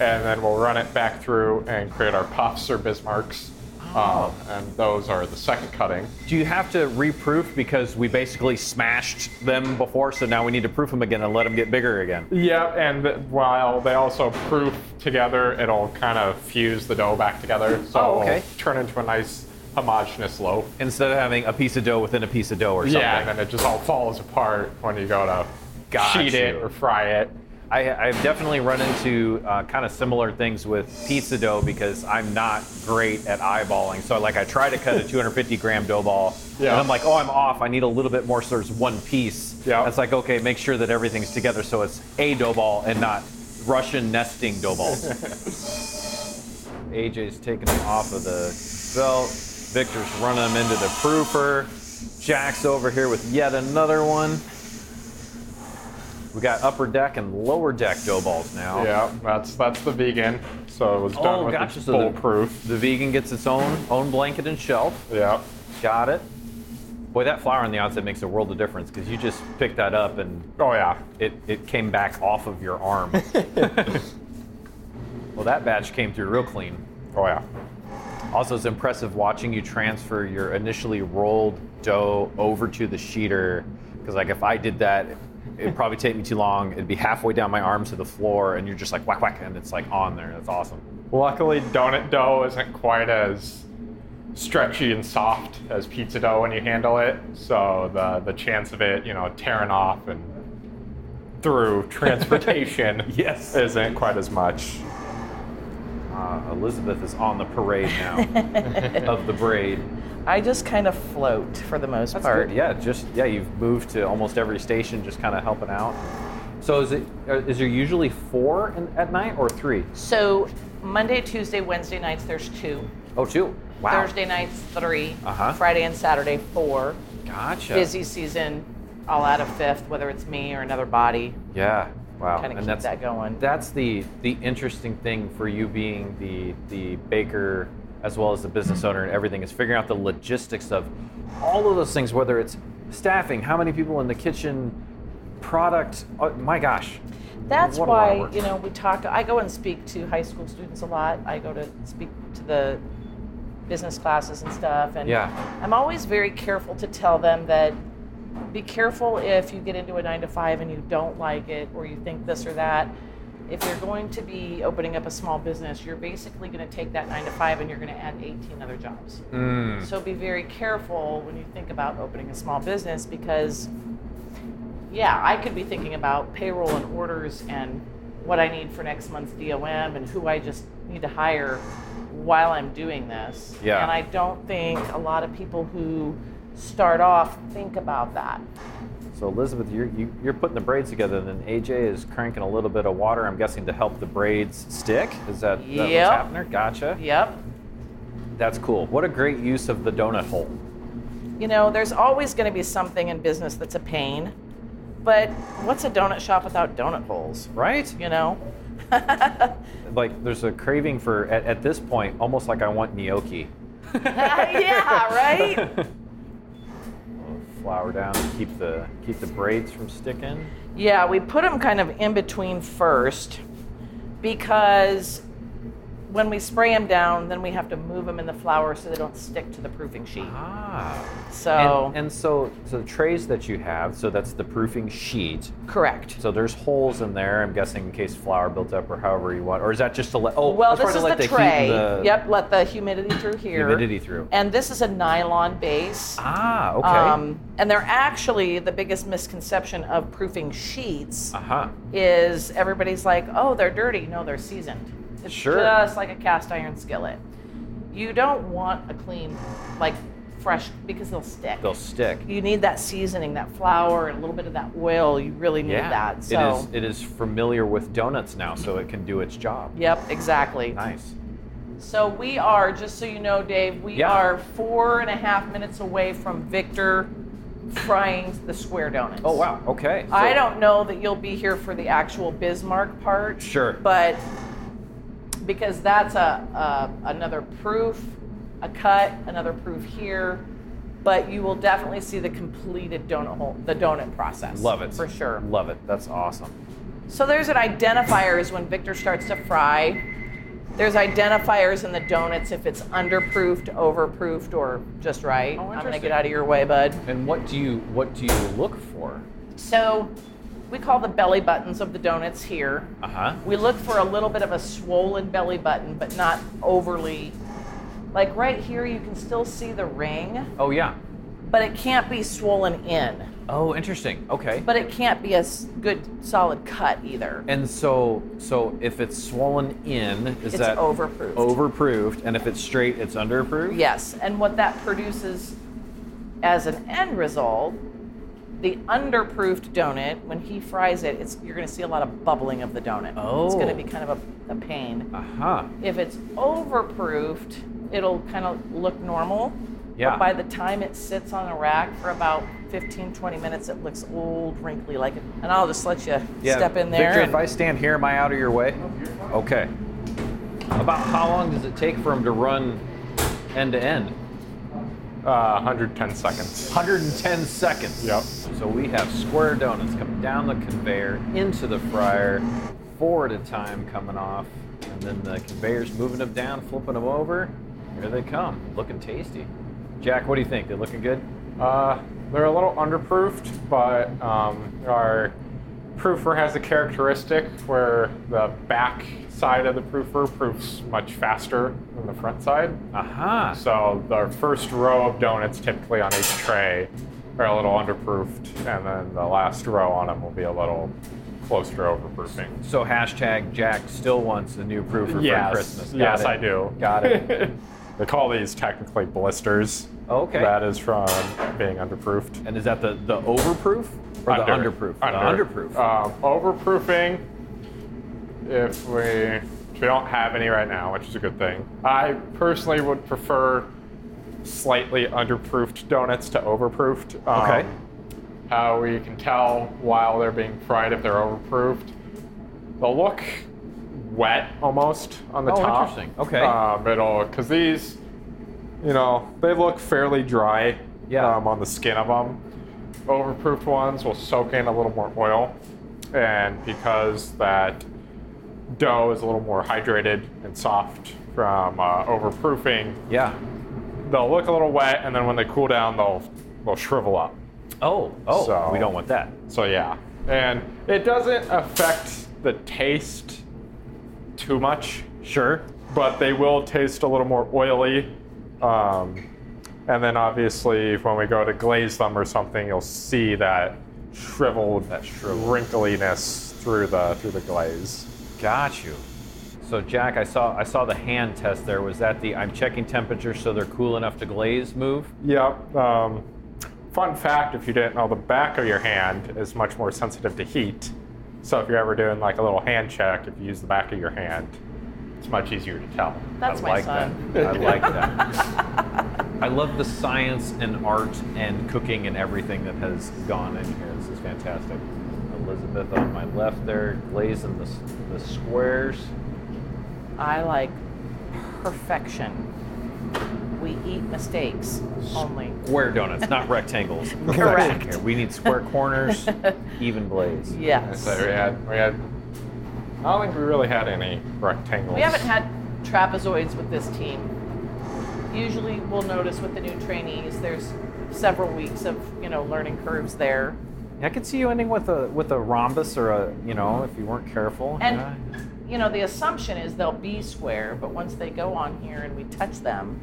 S4: and then we'll run it back through and create our puffs or Bismarcks.
S3: Oh.
S4: Um, and those are the second cutting.
S3: Do you have to reproof because we basically smashed them before, so now we need to proof them again and let them get bigger again?
S4: Yep, and while they also proof together, it'll kind of fuse the dough back together. So
S3: Oh, okay.
S4: it'll turn into a nice homogeneous loaf.
S3: Instead of having a piece of dough within a piece of dough or something.
S4: Yeah, and then it just all falls apart when you go to
S3: Got
S4: sheet it
S3: you.
S4: or fry it.
S3: I, I've definitely run into uh, kind of similar things with pizza dough because I'm not great at eyeballing. So like I try to cut a 250 gram dough ball,
S4: Yeah.
S3: and I'm like, oh, I'm off. I need a little bit more. So there's one piece.
S4: Yeah.
S3: It's like okay, make sure that everything's together so it's a dough ball and not Russian nesting dough balls. AJ's taking them off of the belt. Victor's running them into the proofer. Jack's over here with yet another one. We got upper deck and lower deck dough balls now.
S4: Yeah, that's that's the vegan. So it was done
S3: Oh,
S4: with
S3: gotcha.
S4: the
S3: So the-
S4: bulletproof.
S3: The vegan gets its own own blanket and shelf.
S4: Yeah.
S3: Got it. Boy, that flour on the outside makes a world of difference because you just picked that up and
S4: Oh yeah.
S3: it, it came back off of your arm. well, that batch came through real clean.
S4: Oh yeah.
S3: Also, it's impressive watching you transfer your initially rolled dough over to the sheeter. Because, like, if I did that, it'd probably take me too long. It'd be halfway down my arm to the floor, and you're just like whack whack, and it's like on there. That's awesome.
S4: Luckily, donut dough isn't quite as stretchy and soft as pizza dough when you handle it. So the the chance of it, you know, tearing off and through transportation
S3: Yes.
S4: isn't quite as much.
S3: Uh, Elizabeth is on the parade now of the braid.
S5: I just kind of float for the most
S3: That's
S5: part.
S3: good. Yeah, just yeah, you've moved to almost every station, just kind of helping out. So is it uh, is there usually four in, at night or three?
S5: So Monday, Tuesday, Wednesday nights there's two.
S3: Oh, two. Wow.
S5: Thursday nights 3
S3: Uh-huh.
S5: Friday and Saturday four.
S3: Gotcha.
S5: Busy season, all out of fifth, whether it's me or another body.
S3: Yeah. Wow.
S5: Kinda keep
S3: that's,
S5: that going.
S3: That's the the interesting thing for you being the the baker as well as the business owner and everything is figuring out the logistics of all of those things, whether it's staffing, how many people in the kitchen, product. Oh, my gosh.
S5: That's
S3: What a lot of
S5: why
S3: work.
S5: you know we talk. I go and speak to high school students a lot. I go to speak to the business classes and stuff, and
S3: Yeah.
S5: I'm always very careful to tell them that be careful if you get into a nine to five and you don't like it or you think this or that. If you're going to be opening up a small business, you're basically going to take that nine to five and you're going to add 18 other jobs. So be very careful when you think about opening a small business because, yeah, I could be thinking about payroll and orders and what I need for next month's DOM and who I just need to hire while I'm doing this.
S3: Yeah.
S5: And I don't think a lot of people who start off think about that.
S3: So Elizabeth, you're you, you're putting the braids together, and then AJ is cranking a little bit of water. I'm guessing to help the braids stick. Is that, that
S5: Yep.
S3: what's happening? Gotcha.
S5: Yep.
S3: That's cool. What a great use of the donut hole.
S5: You know, there's always going to be something in business that's a pain, but what's a donut shop without donut holes?
S3: Right?
S5: You know?
S3: Like there's a craving for at, at this point, almost like I want gnocchi.
S5: yeah, right?
S3: Flour down, keep the keep the braids from sticking.
S5: Yeah, we put them kind of in between first because when we spray them down, then we have to move them in the flour so they don't stick to the proofing sheet.
S3: Ah.
S5: So
S3: And, and so, so the trays that you have, so that's the proofing sheet.
S5: correct.
S3: So there's holes in there. I'm guessing in case flour built up or however you want, or is that just to let? Oh,
S5: well,
S3: that's
S5: this is
S3: probably
S5: the
S3: to let the heat
S5: tray.
S3: and the
S5: yep, let the humidity through here.
S3: Humidity through.
S5: And this is a nylon base.
S3: Ah. Okay.
S5: Um, and they're actually the biggest misconception of proofing sheets
S3: uh huh.
S5: is everybody's like, oh, they're dirty. No, they're seasoned. It's
S3: Sure.
S5: just like a cast iron skillet. You don't want a clean, like fresh, because they'll stick.
S3: They'll stick.
S5: you need that seasoning, that flour, and a little bit of that oil. You really need
S3: yeah.
S5: that. So,
S3: It is. It is familiar with donuts now, so it can do its job.
S5: yep, exactly.
S3: Nice.
S5: So we are, just so you know, Dave, we
S3: Yeah.
S5: are four and a half minutes away from Victor frying the square donuts.
S3: Oh wow. Okay. So-
S5: I don't know that you'll be here for the actual Bismarck part.
S3: Sure.
S5: But because that's a, a another proof, a cut, another proof here. But you will definitely see the completed donut hole, the donut process.
S3: Love it.
S5: For sure.
S3: Love it. That's awesome.
S5: So there's an identifiers when Victor starts to fry. There's identifiers in the donuts if it's underproofed, overproofed, or just right. I'm gonna get
S3: interesting.
S5: out of your way, bud.
S3: And what do you what do you look for?
S5: So we call the belly buttons of the donuts here.
S3: Uh huh.
S5: We look for a little bit of a swollen belly button, but not overly. Like right here, you can still see the ring,
S3: Oh yeah.
S5: but it can't be swollen in.
S3: Oh, interesting. Okay.
S5: But it can't be a s- good solid cut either.
S3: And so, so if it's swollen in, is
S5: It's
S3: that
S5: overproofed.
S3: Overproofed, and if it's straight, it's underproofed.
S5: Yes, and what that produces as an end result, the underproofed donut, when he fries it, it's you're going to see a lot of bubbling of the donut. It's going to
S3: Oh.
S5: be kind of a, a pain.
S3: Uh huh.
S5: If it's overproofed, it'll kind of look normal.
S3: Yeah.
S5: But by the time it sits on a rack for about 15, 20 minutes, it looks old, wrinkly like it. And I'll just let you step in there.
S3: Victor,
S5: and-
S3: if I stand here, am I out of your way? Okay. About how long does it take for him to run end to end?
S4: Uh, 110 seconds.
S3: 110 seconds.
S4: Yep.
S3: So we have square donuts coming down the conveyor into the fryer, four at a time coming off, and then the conveyor's moving them down, flipping them over. Here they come, looking tasty. Jack, what do you think? They looking good?
S4: Uh, they're a little underproofed, but um, our proofer has a characteristic where the back side of the proofer proofs much faster than the front side.
S3: Aha!
S4: So the first row of donuts typically on each tray are a little underproofed, and then the last row on them will be a little closer to overproofing.
S3: So hashtag Jack still wants the new proofer for Christmas. Got
S4: yes,
S3: it.
S4: I do.
S3: Got it.
S4: they call these technically blisters.
S3: Okay.
S4: That is from being underproofed.
S3: And is that the, the overproof or the underproof? The
S4: Under.
S3: underproof.
S4: Um, overproofing, if we, if we don't have any right now, which is a good thing. I personally would prefer slightly underproofed donuts to overproofed. Um,
S3: Okay.
S4: How we can tell while they're being fried if they're overproofed. They'll look wet almost on the
S3: Oh,
S4: top.
S3: interesting. Okay.
S4: Um, it'll, because these, you know, they look fairly dry
S3: Yeah.
S4: um, on the skin of them. Overproofed ones will soak in a little more oil, and because that dough is a little more hydrated and soft from uh, overproofing,
S3: yeah.
S4: they'll look a little wet, and then when they cool down, they'll they'll shrivel up.
S3: Oh, oh,
S4: So-
S3: we don't want that.
S4: So yeah, and it doesn't affect the taste too much
S3: Sure.
S4: but they will taste a little more oily. Um, and then obviously, when we go to glaze them or something, you'll see that shriveled, that wrinkliness through the through the glaze.
S3: Got you. So Jack, I saw I saw the hand test there. Was that the I'm checking temperature so they're cool enough to glaze move?
S4: Yep. Um, fun fact: if you didn't know, the back of your hand is much more sensitive to heat. So if you're ever doing like a little hand check, if you use the back of your hand, it's much easier to tell.
S5: That's
S3: I
S5: my
S3: like
S5: son.
S3: that. I like that. I love the science and art and cooking and everything that has gone in here. This is fantastic. Elizabeth on my left there, glazing the, s- the squares.
S5: I like perfection. We eat mistakes only.
S3: Square donuts, not rectangles.
S5: Correct.
S3: Here, we need square corners, even glaze.
S5: Yes.
S4: So we had we had. I don't think we really had any rectangles.
S5: We haven't had trapezoids with this team. Usually, we'll notice with the new trainees, there's several weeks of you know learning curves there.
S3: I could see you ending with a with a rhombus or a you know if you weren't careful.
S5: And
S3: yeah.
S5: you know, the assumption is they'll be square, but once they go on here and we touch them,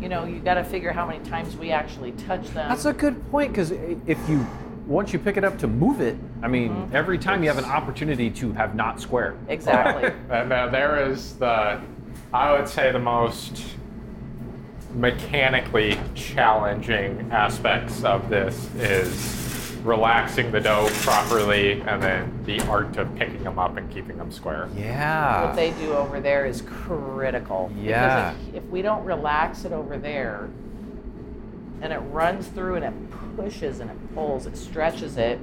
S5: you know, you got to figure how many times we actually touch them.
S3: That's a good point because if you once you pick it up to move it, I mean
S5: Mm-hmm.
S3: every time you have an opportunity to have not square.
S5: exactly.
S4: And now there is the, I would say, the most mechanically challenging aspects of this is relaxing the dough properly and then the art of picking them up and keeping them square.
S3: Yeah.
S5: what they do over there is critical. Because
S3: Yeah.
S5: if- if, we don't relax it over there, and it runs through and it pushes and it pulls, it stretches it.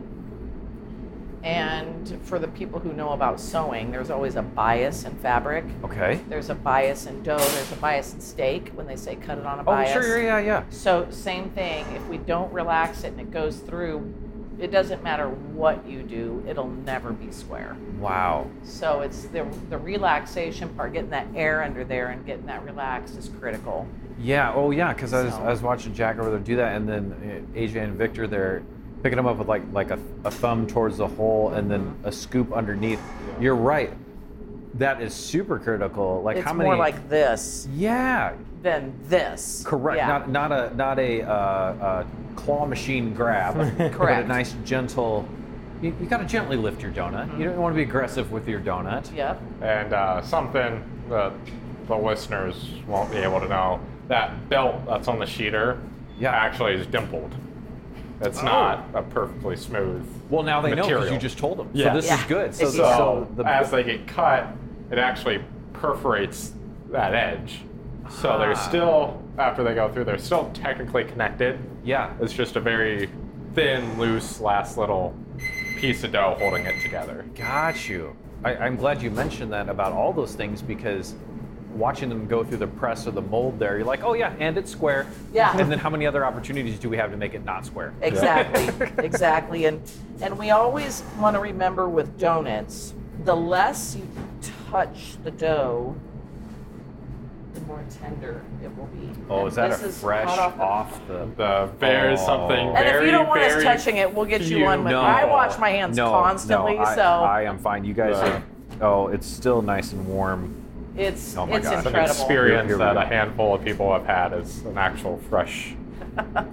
S5: And for the people who know about sewing, there's always a bias in fabric.
S3: okay.
S5: There's a bias in dough. There's a bias in steak when they say cut it on a
S3: Oh
S5: bias.
S3: sure, yeah, yeah,
S5: So same thing. If we don't relax it and it goes through, it doesn't matter what you do, it'll never be square.
S3: yeah. Wow.
S5: So it's the the relaxation part, getting that air under there and getting that relaxed is critical.
S3: Yeah. Oh, yeah. Because I was,
S5: So-
S3: I was watching Jack over there do that, and then uh, AJ and Victor they're picking them up with like like a, a thumb towards the hole, and then
S5: Mm-hmm.
S3: a scoop underneath. You're right. That is super critical. Like
S5: it's
S3: how many?
S5: more like this
S3: yeah.
S5: than this.
S3: Correct.
S5: Yeah.
S3: Not not a not a uh, uh, claw machine grab. But a
S5: Correct.
S3: nice gentle. You, you got to gently lift your donut. You don't want to be aggressive with your donut.
S5: yep.
S4: And uh, something that the listeners won't be able to know that belt that's on the sheeter
S3: Yeah. Oh.
S4: actually is dimpled. It's not a perfectly smooth.
S3: Well, now they know because
S4: Material.
S3: you just told them.
S4: Yeah.
S3: So this is
S5: Yeah.
S3: good. So,
S5: It's
S3: so,
S5: easy.
S3: the
S4: as they get cut, it actually perforates that edge. So
S3: Ah.
S4: they're still, after they go through, they're still technically connected.
S3: yeah.
S4: It's just a very thin, loose, last little piece of dough holding it together.
S3: Got you. I, I'm glad you mentioned that about all those things because watching them go through the press or the mold there, you're like, oh yeah, and it's square.
S5: Yeah.
S3: And then how many other opportunities do we have to make it not square?
S5: Exactly. exactly. And and we always want to remember with donuts, the less you touch the dough, the more tender it will be.
S3: Oh,
S5: And
S3: is that
S5: this
S3: a fresh
S5: hot
S3: off,
S5: the-
S3: the?
S4: The there's
S3: Oh.
S4: something
S3: And
S5: And
S4: very,
S5: if you don't want us
S4: very
S5: touching it, we'll get you one. With,
S3: No.
S5: I wash my hands
S3: No,
S5: constantly,
S3: no, I,
S5: so
S3: I am fine. You guys
S4: Yeah.
S3: are. Oh, it's still nice and warm.
S5: it's
S3: Oh my
S5: it's
S3: gosh.
S4: It's an
S5: incredible.
S4: experience
S3: Here we
S4: that
S3: go.
S4: a handful of people have had is an actual fresh.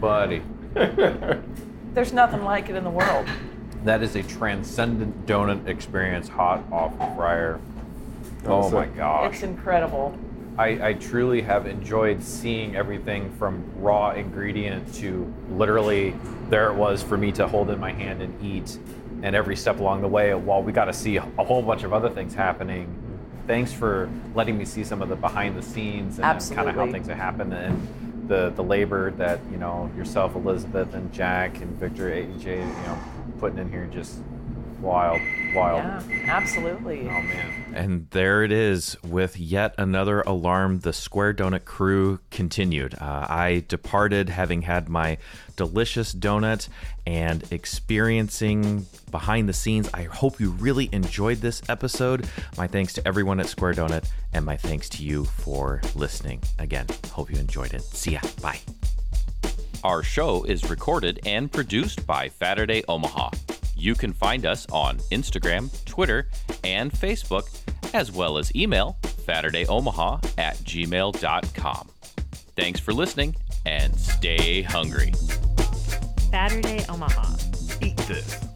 S3: Buddy,
S5: There's nothing like it in the world.
S3: that is a transcendent donut experience hot off the fryer. Oh
S4: Awesome.
S3: my gosh.
S5: It's incredible.
S3: I, I truly have enjoyed seeing everything from raw ingredient to literally there it was for me to hold in my hand and eat. And every step along the way, while we got to see a whole bunch of other things happening, thanks for letting me see some of the behind the scenes and kind of how
S5: Absolutely.
S3: things have happened and the, the labor that, you know, yourself, Elizabeth, and Jack and Victor, AJ, you know, putting in here just wild, wild.
S5: Yeah, absolutely.
S3: Oh, man.
S7: And there it is with yet another alarm. The Square Donut crew continued. Uh, I departed having had my delicious donut and experiencing behind the scenes. I hope you really enjoyed this episode. My thanks to everyone at Square Donut, and my thanks to you for listening. Again, hope you enjoyed it. See ya. Bye.
S8: Our show is recorded and produced by Saturday Omaha. You can find us on Instagram, Twitter, and Facebook, as well as email SaturdayOmaha at gmail.com. Thanks for listening and stay hungry.
S2: Saturday Omaha.
S7: Eat this.